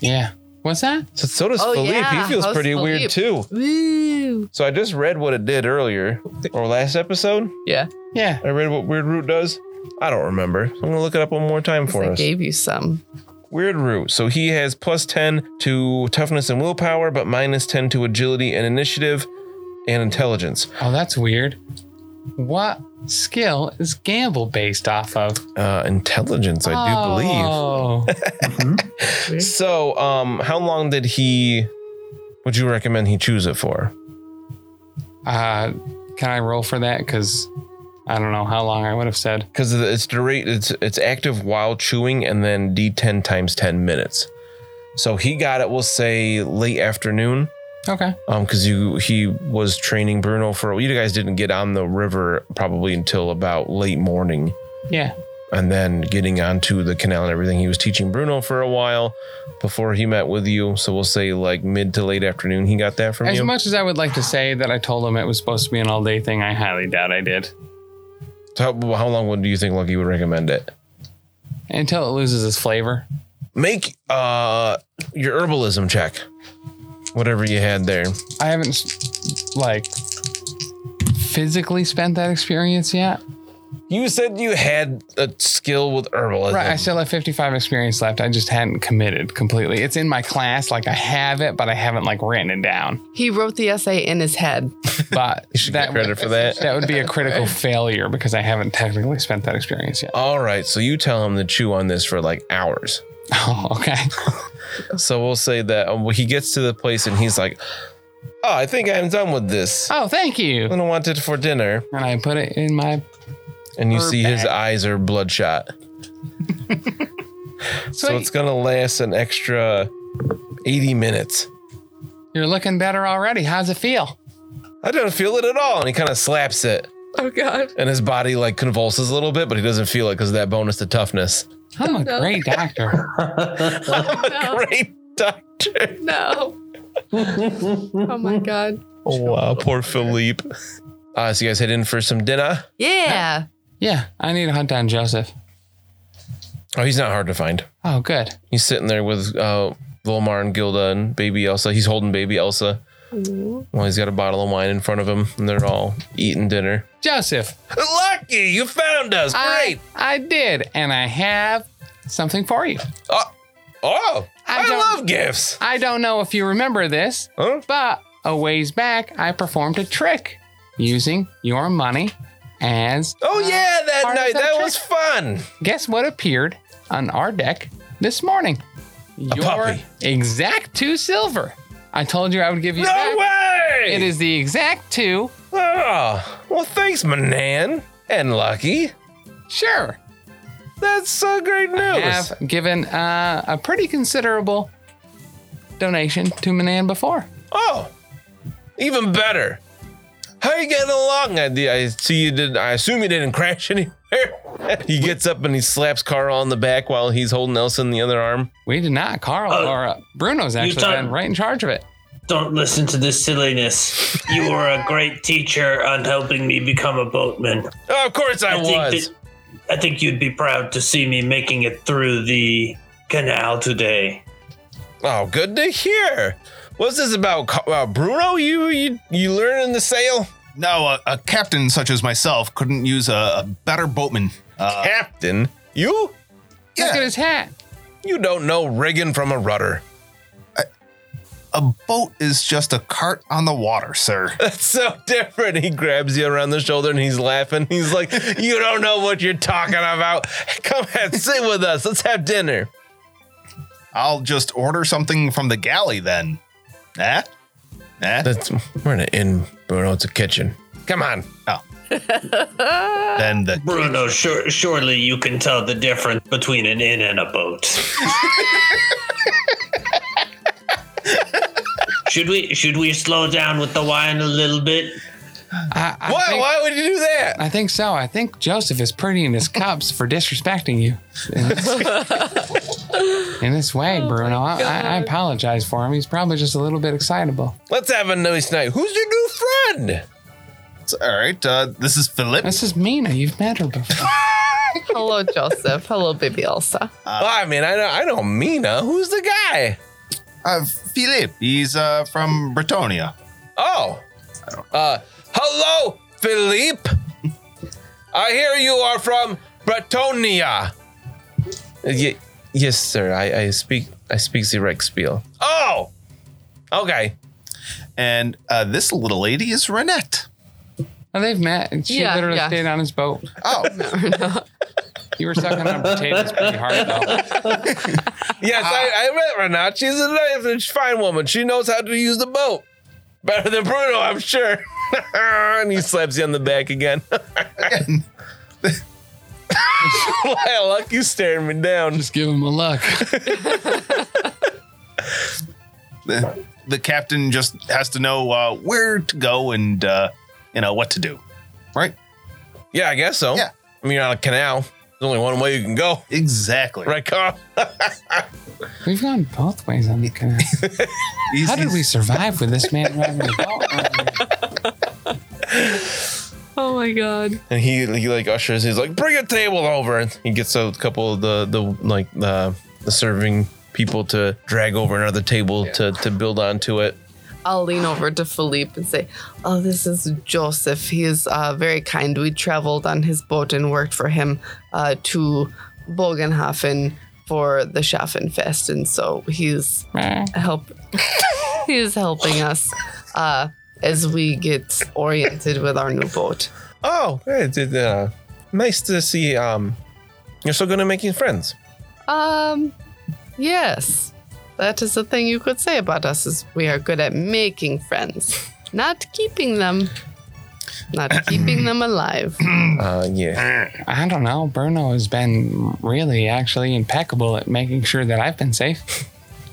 [SPEAKER 7] Yeah. What's that?
[SPEAKER 4] So, so does
[SPEAKER 3] Oh,
[SPEAKER 4] Philippe.
[SPEAKER 3] yeah.
[SPEAKER 4] He feels
[SPEAKER 3] How's
[SPEAKER 4] pretty weird too.
[SPEAKER 3] Woo.
[SPEAKER 4] So I just read what it did earlier or last episode.
[SPEAKER 3] Yeah.
[SPEAKER 7] Yeah.
[SPEAKER 4] I read what Weird Root does. I don't remember. So I'm gonna look it up one more time for
[SPEAKER 3] I
[SPEAKER 4] us.
[SPEAKER 3] gave you some.
[SPEAKER 4] Weird Root. So he has plus 10 to toughness and willpower, but minus 10 to agility and initiative and intelligence.
[SPEAKER 7] Oh, that's weird. What skill is gamble based off of?
[SPEAKER 4] Uh, intelligence, I do believe.
[SPEAKER 7] oh.
[SPEAKER 4] So, um, how long did he? Would you recommend he choose it for?
[SPEAKER 7] Uh, can I roll for that? Because I don't know how long I would have said.
[SPEAKER 4] Because it's durate, it's it's active while chewing, and then D10 times 10 minutes. So he got it. We'll say late afternoon.
[SPEAKER 7] Okay.
[SPEAKER 4] um because you he was training bruno for you guys didn't get on the river probably until about late morning
[SPEAKER 7] Yeah.
[SPEAKER 4] and then getting onto the canal and everything he was teaching bruno for a while before he met with you so we'll say like mid to late afternoon he got that from
[SPEAKER 7] As
[SPEAKER 4] you
[SPEAKER 7] much as I would like to say that I told him it was supposed to be an all day thing, I highly doubt I did.
[SPEAKER 4] so how, how long would do you think lucky would recommend it
[SPEAKER 7] Until it loses its flavor.
[SPEAKER 4] make uh your herbalism check whatever you had there
[SPEAKER 7] I haven't, like, physically spent that experience yet.
[SPEAKER 4] you said you had a skill with herbalism
[SPEAKER 7] Right. I still have 55 experience left. I just hadn't committed completely. It's in my class. Like, I have it, but I haven't, like, written it down.
[SPEAKER 3] He wrote the essay in his head.
[SPEAKER 7] But
[SPEAKER 4] you should get credit for that
[SPEAKER 7] that would be a critical failure because I haven't technically spent that experience yet.
[SPEAKER 4] all right so you tell him to chew on this for like hours
[SPEAKER 7] Oh, okay.
[SPEAKER 4] So we'll say that um, he gets to the place and he's like, "Oh, I think I'm done with this.
[SPEAKER 7] Oh, thank
[SPEAKER 4] I'm
[SPEAKER 7] you.
[SPEAKER 4] gonna want it for dinner."
[SPEAKER 7] And I put it in my.
[SPEAKER 4] And you
[SPEAKER 7] Her
[SPEAKER 4] see his
[SPEAKER 7] bag.
[SPEAKER 4] eyes are bloodshot. so
[SPEAKER 7] Sweet.
[SPEAKER 4] it's gonna last an extra eighty minutes.
[SPEAKER 7] You're looking better already. How's it feel?
[SPEAKER 4] I don't feel it at all, and he kind of slaps it,
[SPEAKER 3] Oh God.
[SPEAKER 4] and his body like convulses a little bit, but he doesn't feel it because of that bonus to toughness.
[SPEAKER 7] I'm a great doctor.
[SPEAKER 3] Oh, No.
[SPEAKER 4] Great doctor!
[SPEAKER 3] no. oh my God.
[SPEAKER 4] Oh wow, poor Philippe. Uh, so you guys head in for some dinner.
[SPEAKER 3] Yeah.
[SPEAKER 7] Yeah, I need to hunt down Joseph.
[SPEAKER 4] Oh, he's not hard to find.
[SPEAKER 7] Oh, good.
[SPEAKER 4] He's sitting there with uh, Volmar and Gilda and baby Elsa. He's holding baby Elsa.
[SPEAKER 7] Mm-hmm.
[SPEAKER 4] Well, he's got a bottle of wine in front of him, and they're all eating dinner.
[SPEAKER 7] Joseph,
[SPEAKER 4] Lucky, you found us.
[SPEAKER 7] I,
[SPEAKER 4] Great.
[SPEAKER 7] I did, and I have something for you.
[SPEAKER 4] oh,
[SPEAKER 7] I
[SPEAKER 4] I,
[SPEAKER 7] don't-
[SPEAKER 4] love gifts.
[SPEAKER 7] I don't know if you remember this,
[SPEAKER 4] Huh?
[SPEAKER 7] but a ways back, I performed a trick using your money as
[SPEAKER 4] Oh, yeah, that
[SPEAKER 7] Uh, part of
[SPEAKER 4] night.
[SPEAKER 7] that
[SPEAKER 4] That
[SPEAKER 7] trick.
[SPEAKER 4] was fun.
[SPEAKER 7] guess what appeared on our deck this morning? your
[SPEAKER 4] puppy.
[SPEAKER 7] exact two silver. I told you I would give you
[SPEAKER 4] No
[SPEAKER 7] back.
[SPEAKER 4] way.
[SPEAKER 7] It is the exact two.
[SPEAKER 4] Oh, well, thanks, Manan and Lucky.
[SPEAKER 7] Sure.
[SPEAKER 4] That's so great news.
[SPEAKER 7] have given uh, a pretty considerable donation to Manan before.
[SPEAKER 4] Oh, even better. How are you getting along? I, I see you did. I assume you didn't crash anywhere. he gets up and he slaps Carl on the back while he's holding Elsa in the other arm.
[SPEAKER 7] We did not. Carl
[SPEAKER 8] Oh.
[SPEAKER 7] or uh, Bruno's actually
[SPEAKER 8] done-
[SPEAKER 7] been right in charge of it.
[SPEAKER 8] Don't listen to this silliness. You were a great teacher on helping me become a boatman.
[SPEAKER 4] Oh, of course I, was.
[SPEAKER 8] Think that, I think you'd be proud to see me making it through the canal today.
[SPEAKER 4] oh, good to hear. What's this about, Ca- uh, Bruno? You you you learning the sail,
[SPEAKER 5] No, a, a captain such as myself couldn't use a, a better boatman. Uh,
[SPEAKER 4] Captain? You
[SPEAKER 7] Look at
[SPEAKER 5] yeah,
[SPEAKER 7] his hat.
[SPEAKER 4] you don't know rigging from a rudder.
[SPEAKER 5] a boat is just a cart on the water, sir.
[SPEAKER 4] That's so different. He grabs you around the shoulder and he's laughing. He's like, You don't know what you're talking about. Come and sit with us. Let's have dinner.
[SPEAKER 5] I'll just order something from the galley then. Eh? Eh?
[SPEAKER 4] That's we're in an inn, Bruno. It's a kitchen. Come on.
[SPEAKER 5] Then the
[SPEAKER 8] Bruno, sure, surely you can tell the difference between an inn and a boat. should we should we slow down with the wine a little bit?
[SPEAKER 7] I, I
[SPEAKER 4] Why?
[SPEAKER 7] think-
[SPEAKER 4] why would you do that?
[SPEAKER 7] I think so. I think Joseph is pretty in his cups for disrespecting you in this, in this
[SPEAKER 3] Oh
[SPEAKER 7] way, Bruno. I, I, I apologize for him. He's probably just a little bit excitable.
[SPEAKER 4] Let's have a nice night. Who's your new friend?
[SPEAKER 5] It's all right. Uh, this is Philip.
[SPEAKER 7] This is Mina. You've met her before.
[SPEAKER 3] Hello, Joseph. Hello, baby Elsa.
[SPEAKER 7] Uh,
[SPEAKER 4] I mean, I know, I know Mina. Who's the guy?
[SPEAKER 5] Uh, Philip. He's uh, from Bretonia.
[SPEAKER 4] Oh, uh, hello, Philippe. I hear you are from Bretonia. Y- yes, sir. I, I speak. I speak the Spiel. Oh, okay.
[SPEAKER 5] And uh, this little lady is Renette.
[SPEAKER 7] Oh, they've met. and She
[SPEAKER 3] Yeah,
[SPEAKER 7] literally
[SPEAKER 3] yeah.
[SPEAKER 7] stayed on his boat.
[SPEAKER 5] Oh,
[SPEAKER 7] You were sucking on potatoes pretty hard, though.
[SPEAKER 4] Yes, I, I met Renat. She's a nice, fine woman. She knows how to use the boat better than Bruno, I'm sure. and he slaps you on the back again. Lyle, look, you staring me down.
[SPEAKER 7] Just give him a look.
[SPEAKER 5] the, the captain just has to know uh, where to go and uh, you know what to do. Right?
[SPEAKER 4] Yeah, I guess so.
[SPEAKER 5] Yeah.
[SPEAKER 4] I mean, you're on a canal. There's only one way you can go.
[SPEAKER 5] Exactly.
[SPEAKER 4] Right, Carl?
[SPEAKER 7] We've gone both ways on the canal.
[SPEAKER 5] He's-
[SPEAKER 7] How did we
[SPEAKER 5] he's-
[SPEAKER 7] survive with this man driving the boat?
[SPEAKER 3] Oh my god.
[SPEAKER 4] And he, he like ushers. He's like, "Bring a table over." And he gets a couple of the the like the the serving people to drag over another table to to build onto it.
[SPEAKER 3] I'll lean over to Philippe and say, Oh, this is Joseph. He is uh, very kind. We traveled on his boat and worked for him uh, to Bogenhafen for the Schaffenfest. And so he's help he is helping us uh, as we get oriented with our new boat.
[SPEAKER 4] Oh, it, it, uh, nice to see. Um, you're so good at making friends.
[SPEAKER 3] Um, yes, that is the thing you could say about us is we are good at making friends, not keeping them, not keeping them alive.
[SPEAKER 6] Mm.
[SPEAKER 4] Uh, yeah.
[SPEAKER 7] I don't know. Bruno has been really actually impeccable at making sure that I've been safe.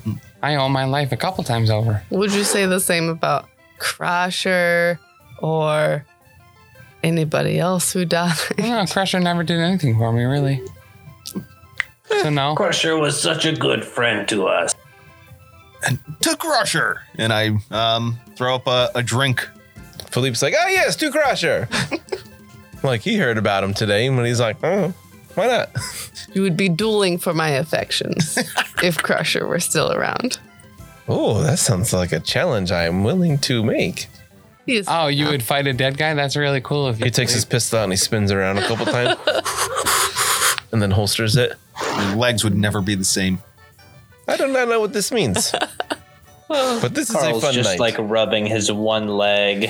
[SPEAKER 3] Hmm.
[SPEAKER 7] I owe my life a couple times over.
[SPEAKER 3] Would you say the same about Crusher or anybody else who died?
[SPEAKER 7] No, Crusher never did anything for me, really. So no.
[SPEAKER 8] Crusher was such a good friend to us.
[SPEAKER 5] to Crusher, and I um, throw up a, a drink.
[SPEAKER 4] Philippe's like, oh yes, Stu Crusher. like he heard about him today, and he's like, oh, why not?
[SPEAKER 3] you would be dueling for my affections if Crusher were still around.
[SPEAKER 4] Oh, that sounds like a challenge I am willing to make.
[SPEAKER 3] He is
[SPEAKER 7] Oh, you would fight a dead guy? That's really cool of you.
[SPEAKER 4] He takes his pistol out and he spins around a couple times, and then holsters it.
[SPEAKER 5] Your legs would never be the same.
[SPEAKER 4] I do not know what this means, but this is a
[SPEAKER 6] Carl's
[SPEAKER 4] fun
[SPEAKER 6] just
[SPEAKER 4] night.
[SPEAKER 6] like rubbing his one leg.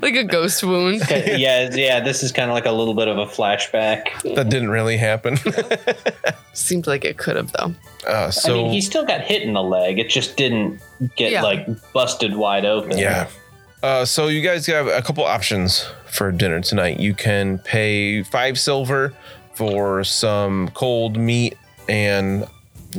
[SPEAKER 3] like a ghost wound.
[SPEAKER 6] yeah, yeah, this is kind of like a little bit of a flashback.
[SPEAKER 4] that didn't really happen.
[SPEAKER 3] Seems like it could have though.
[SPEAKER 4] uh,
[SPEAKER 6] I
[SPEAKER 4] so
[SPEAKER 6] mean, he still got hit in the leg. It just didn't get
[SPEAKER 3] Yeah.
[SPEAKER 6] like busted wide open.
[SPEAKER 4] Yeah. Uh, so you guys have a couple options for dinner tonight. You can pay five silver for some cold meat and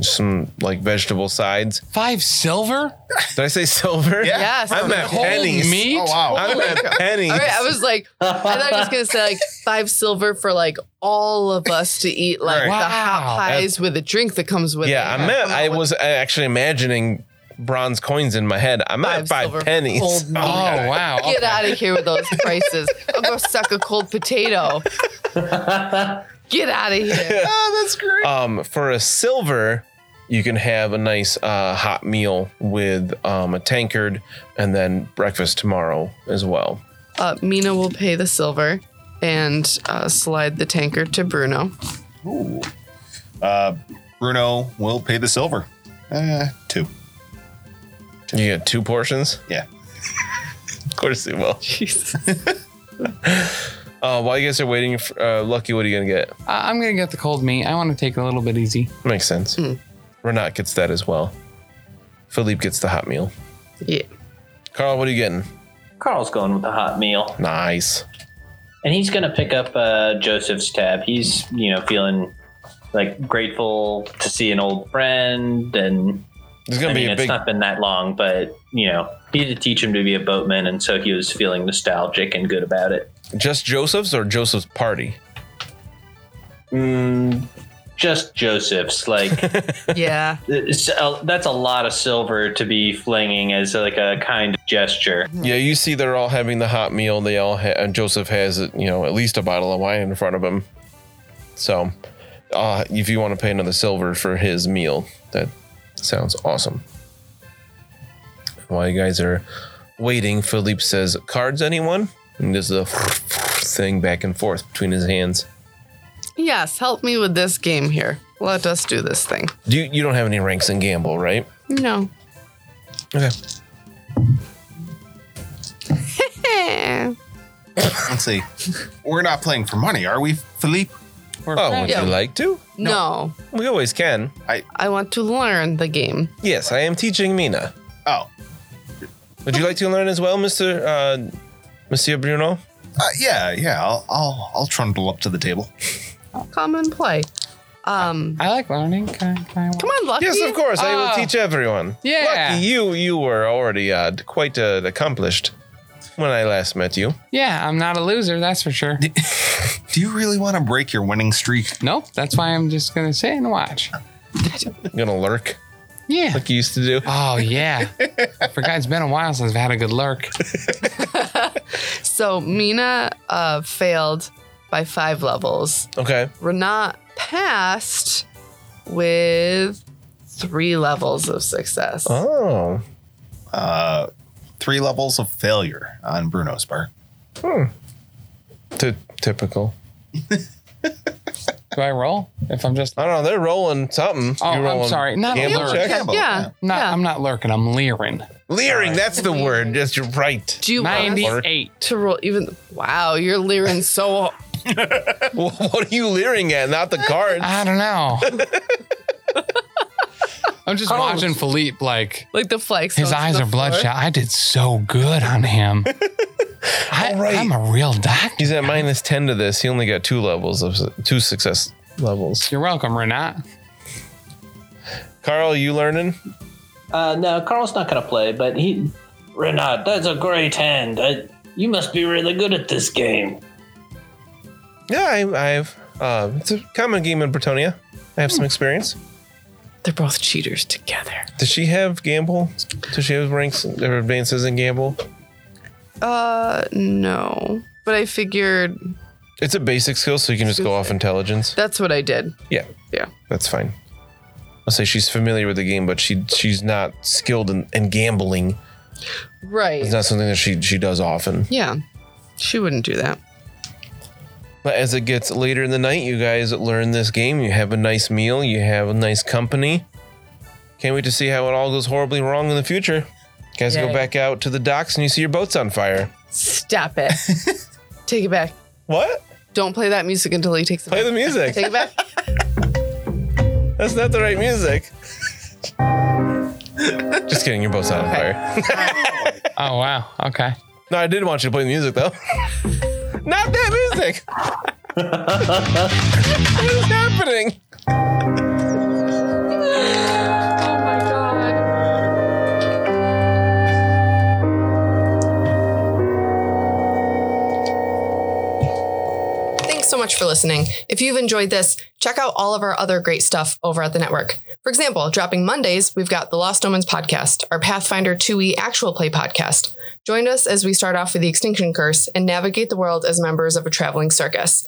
[SPEAKER 4] some like vegetable sides.
[SPEAKER 7] Five silver?
[SPEAKER 4] Did I say silver?
[SPEAKER 5] Yeah.
[SPEAKER 3] Yes.
[SPEAKER 4] I'm at
[SPEAKER 7] Cold
[SPEAKER 4] pennies.
[SPEAKER 7] meat?
[SPEAKER 3] Oh,
[SPEAKER 5] wow!
[SPEAKER 4] I'm at pennies.
[SPEAKER 3] All right, I was like, I thought I was gonna say like five silver for like all of us to eat like
[SPEAKER 5] Right.
[SPEAKER 3] the
[SPEAKER 7] Wow.
[SPEAKER 3] hot pies with a drink that comes with
[SPEAKER 4] yeah,
[SPEAKER 3] it.
[SPEAKER 4] I'm at. I was uh, actually imagining bronze coins in my head. I'm
[SPEAKER 3] Five
[SPEAKER 4] at five
[SPEAKER 3] silver.
[SPEAKER 4] pennies.
[SPEAKER 3] Cold meat.
[SPEAKER 7] Oh, wow.
[SPEAKER 3] Get out of here with those prices. I'll go suck a cold potato. Get out of here.
[SPEAKER 5] Oh, that's great.
[SPEAKER 4] Um, for a silver, you can have a nice uh, hot meal with um, a tankard, and then breakfast tomorrow as well.
[SPEAKER 3] Uh, Mina will pay the silver and uh, slide the tankard to Bruno.
[SPEAKER 5] Uh, Bruno will pay the silver. Uh, two.
[SPEAKER 4] You get two portions.
[SPEAKER 5] Yeah.
[SPEAKER 4] Of course you will.
[SPEAKER 3] Jesus.
[SPEAKER 4] Uh, while you guys are waiting, for, uh, Lucky, what are you gonna get?
[SPEAKER 7] I- I'm going to get the cold meat. I want to take it a little bit easy.
[SPEAKER 4] Makes sense. Renat gets that as well. Philippe gets the hot meal.
[SPEAKER 3] Yeah.
[SPEAKER 4] Carl, what are you getting?
[SPEAKER 6] Carl's going with the hot meal.
[SPEAKER 4] Nice.
[SPEAKER 6] And he's going to pick up uh, Joseph's tab. He's, you know, feeling like grateful to see an old friend. And
[SPEAKER 4] There's
[SPEAKER 6] I
[SPEAKER 4] gonna
[SPEAKER 6] mean,
[SPEAKER 4] be a
[SPEAKER 6] it's
[SPEAKER 4] big
[SPEAKER 6] not been that long, but, you know, He had to teach him to be a boatman, and so he was feeling nostalgic and good about it.
[SPEAKER 4] Just Joseph's or Joseph's party?
[SPEAKER 6] Mm, just Joseph's, like
[SPEAKER 3] Yeah.
[SPEAKER 6] it's a, that's a lot of silver to be flinging as like a kind gesture.
[SPEAKER 4] Yeah, you see, they're all having the hot meal. They all ha- and Joseph has you know at least a bottle of wine in front of him. So, uh, if you want to pay another silver for his meal, that sounds awesome. While you guys are waiting, Philippe says, "Cards, anyone?" And does the thing back and forth between his hands.
[SPEAKER 3] Yes, help me with this game here. Let us do this thing.
[SPEAKER 4] Do you, you don't have any ranks in gamble, right?
[SPEAKER 3] No.
[SPEAKER 4] Okay.
[SPEAKER 3] Eh.
[SPEAKER 5] Let's see. We're not playing for money, are we, Philippe?
[SPEAKER 4] Oh, would
[SPEAKER 3] Yeah.
[SPEAKER 4] you like to?
[SPEAKER 3] No.
[SPEAKER 4] We always can.
[SPEAKER 3] I want to learn the game.
[SPEAKER 4] Yes, I am teaching Mina.
[SPEAKER 5] Oh,
[SPEAKER 4] Would you like to learn as well, Mister uh, Monsieur Bruno?
[SPEAKER 5] uh, yeah, yeah. I'll, I'll I'll trundle up to the table.
[SPEAKER 3] Come and play. Um,
[SPEAKER 7] I like learning. Can I, can I
[SPEAKER 3] come on, Lucky.
[SPEAKER 4] Yes, of course. I will
[SPEAKER 7] Ah.
[SPEAKER 4] teach everyone.
[SPEAKER 7] Yeah.
[SPEAKER 4] Lucky you, you were already uh, quite uh, accomplished when I last met you.
[SPEAKER 7] Yeah, I'm not a loser, that's for sure.
[SPEAKER 5] Do you really want to break your winning streak?
[SPEAKER 7] Nope, that's why I'm just gonna sit and watch.
[SPEAKER 4] I'm gonna lurk
[SPEAKER 7] Yeah.
[SPEAKER 4] like you used to do.
[SPEAKER 7] Oh yeah. I forgot it's been a while since I've had a good lurk.
[SPEAKER 3] So Mina uh, failed by five levels.
[SPEAKER 4] Okay.
[SPEAKER 3] Renat passed with three levels of success.
[SPEAKER 4] Oh,
[SPEAKER 5] Uh, three levels of failure on Bruno's part.
[SPEAKER 4] t- typical.
[SPEAKER 7] Do I roll? If I'm just
[SPEAKER 4] I don't know. They're rolling something.
[SPEAKER 7] Oh,
[SPEAKER 4] You're
[SPEAKER 7] I'm
[SPEAKER 4] rolling
[SPEAKER 7] sorry, not
[SPEAKER 4] gamble
[SPEAKER 7] alert.
[SPEAKER 4] check?
[SPEAKER 3] Yeah,
[SPEAKER 5] Gamble,
[SPEAKER 3] yeah.
[SPEAKER 5] yeah.
[SPEAKER 7] not I'm not lurking, I'm leering.
[SPEAKER 4] Leering. That's the word. That's you're right.
[SPEAKER 3] Do you want us
[SPEAKER 7] 98.
[SPEAKER 3] to roll even? Wow, you're leering so.
[SPEAKER 4] what are you leering at? Not the cards.
[SPEAKER 7] I don't know. I'm just watching Philippe like
[SPEAKER 3] Like the flags.
[SPEAKER 7] his eyes are bloodshot. I did so good on him. I,
[SPEAKER 4] All right.
[SPEAKER 7] I'm a real doctor.
[SPEAKER 4] He's at minus ten to this. He only got two levels of su- two success levels.
[SPEAKER 7] You're welcome, Renat.
[SPEAKER 4] Carl, you learning?
[SPEAKER 8] Uh, no, Carl's not gonna play, but he. Renat, that's a great hand. I, you must be really good at this game.
[SPEAKER 4] Yeah, I, I've. Uh, it's a common game in Bretonia. I have some experience.
[SPEAKER 3] They're both cheaters together.
[SPEAKER 4] Does she have gamble? Does she have ranks or advances in gamble?
[SPEAKER 3] Uh, no. But I figured
[SPEAKER 4] It's a basic skill, so you can just go off intelligence.
[SPEAKER 3] that's what I did.
[SPEAKER 4] Yeah,
[SPEAKER 3] Yeah.
[SPEAKER 4] that's fine. I'll say she's familiar with the game, but she she's not skilled in, in gambling.
[SPEAKER 3] Right.
[SPEAKER 4] It's not something that she she does often.
[SPEAKER 3] yeah. She wouldn't do that.
[SPEAKER 4] But as it gets later in the night, you guys learn this game. You have a nice meal. You have a nice company. Can't wait to see how it all goes horribly wrong in the future. You guys go
[SPEAKER 3] Yay.
[SPEAKER 4] back out to the docks and you see your boats on fire.
[SPEAKER 3] Stop it. Take it back.
[SPEAKER 4] What?
[SPEAKER 3] Don't play that music until he takes it
[SPEAKER 4] Play
[SPEAKER 3] back.
[SPEAKER 4] the music.
[SPEAKER 3] Take it back.
[SPEAKER 4] That's not the right music. Just kidding, your boat's not on fire.
[SPEAKER 7] Oh wow. Okay.
[SPEAKER 4] No, I did want you to play the music though. not that music. what is happening?
[SPEAKER 9] Thanks so much for listening. If you've enjoyed this, check out all of our other great stuff over at the network. For example, dropping Mondays, we've got the Lost Omens podcast, our Pathfinder 2e actual play podcast. Join us as we start off with the Extinction Curse and navigate the world as members of a traveling circus.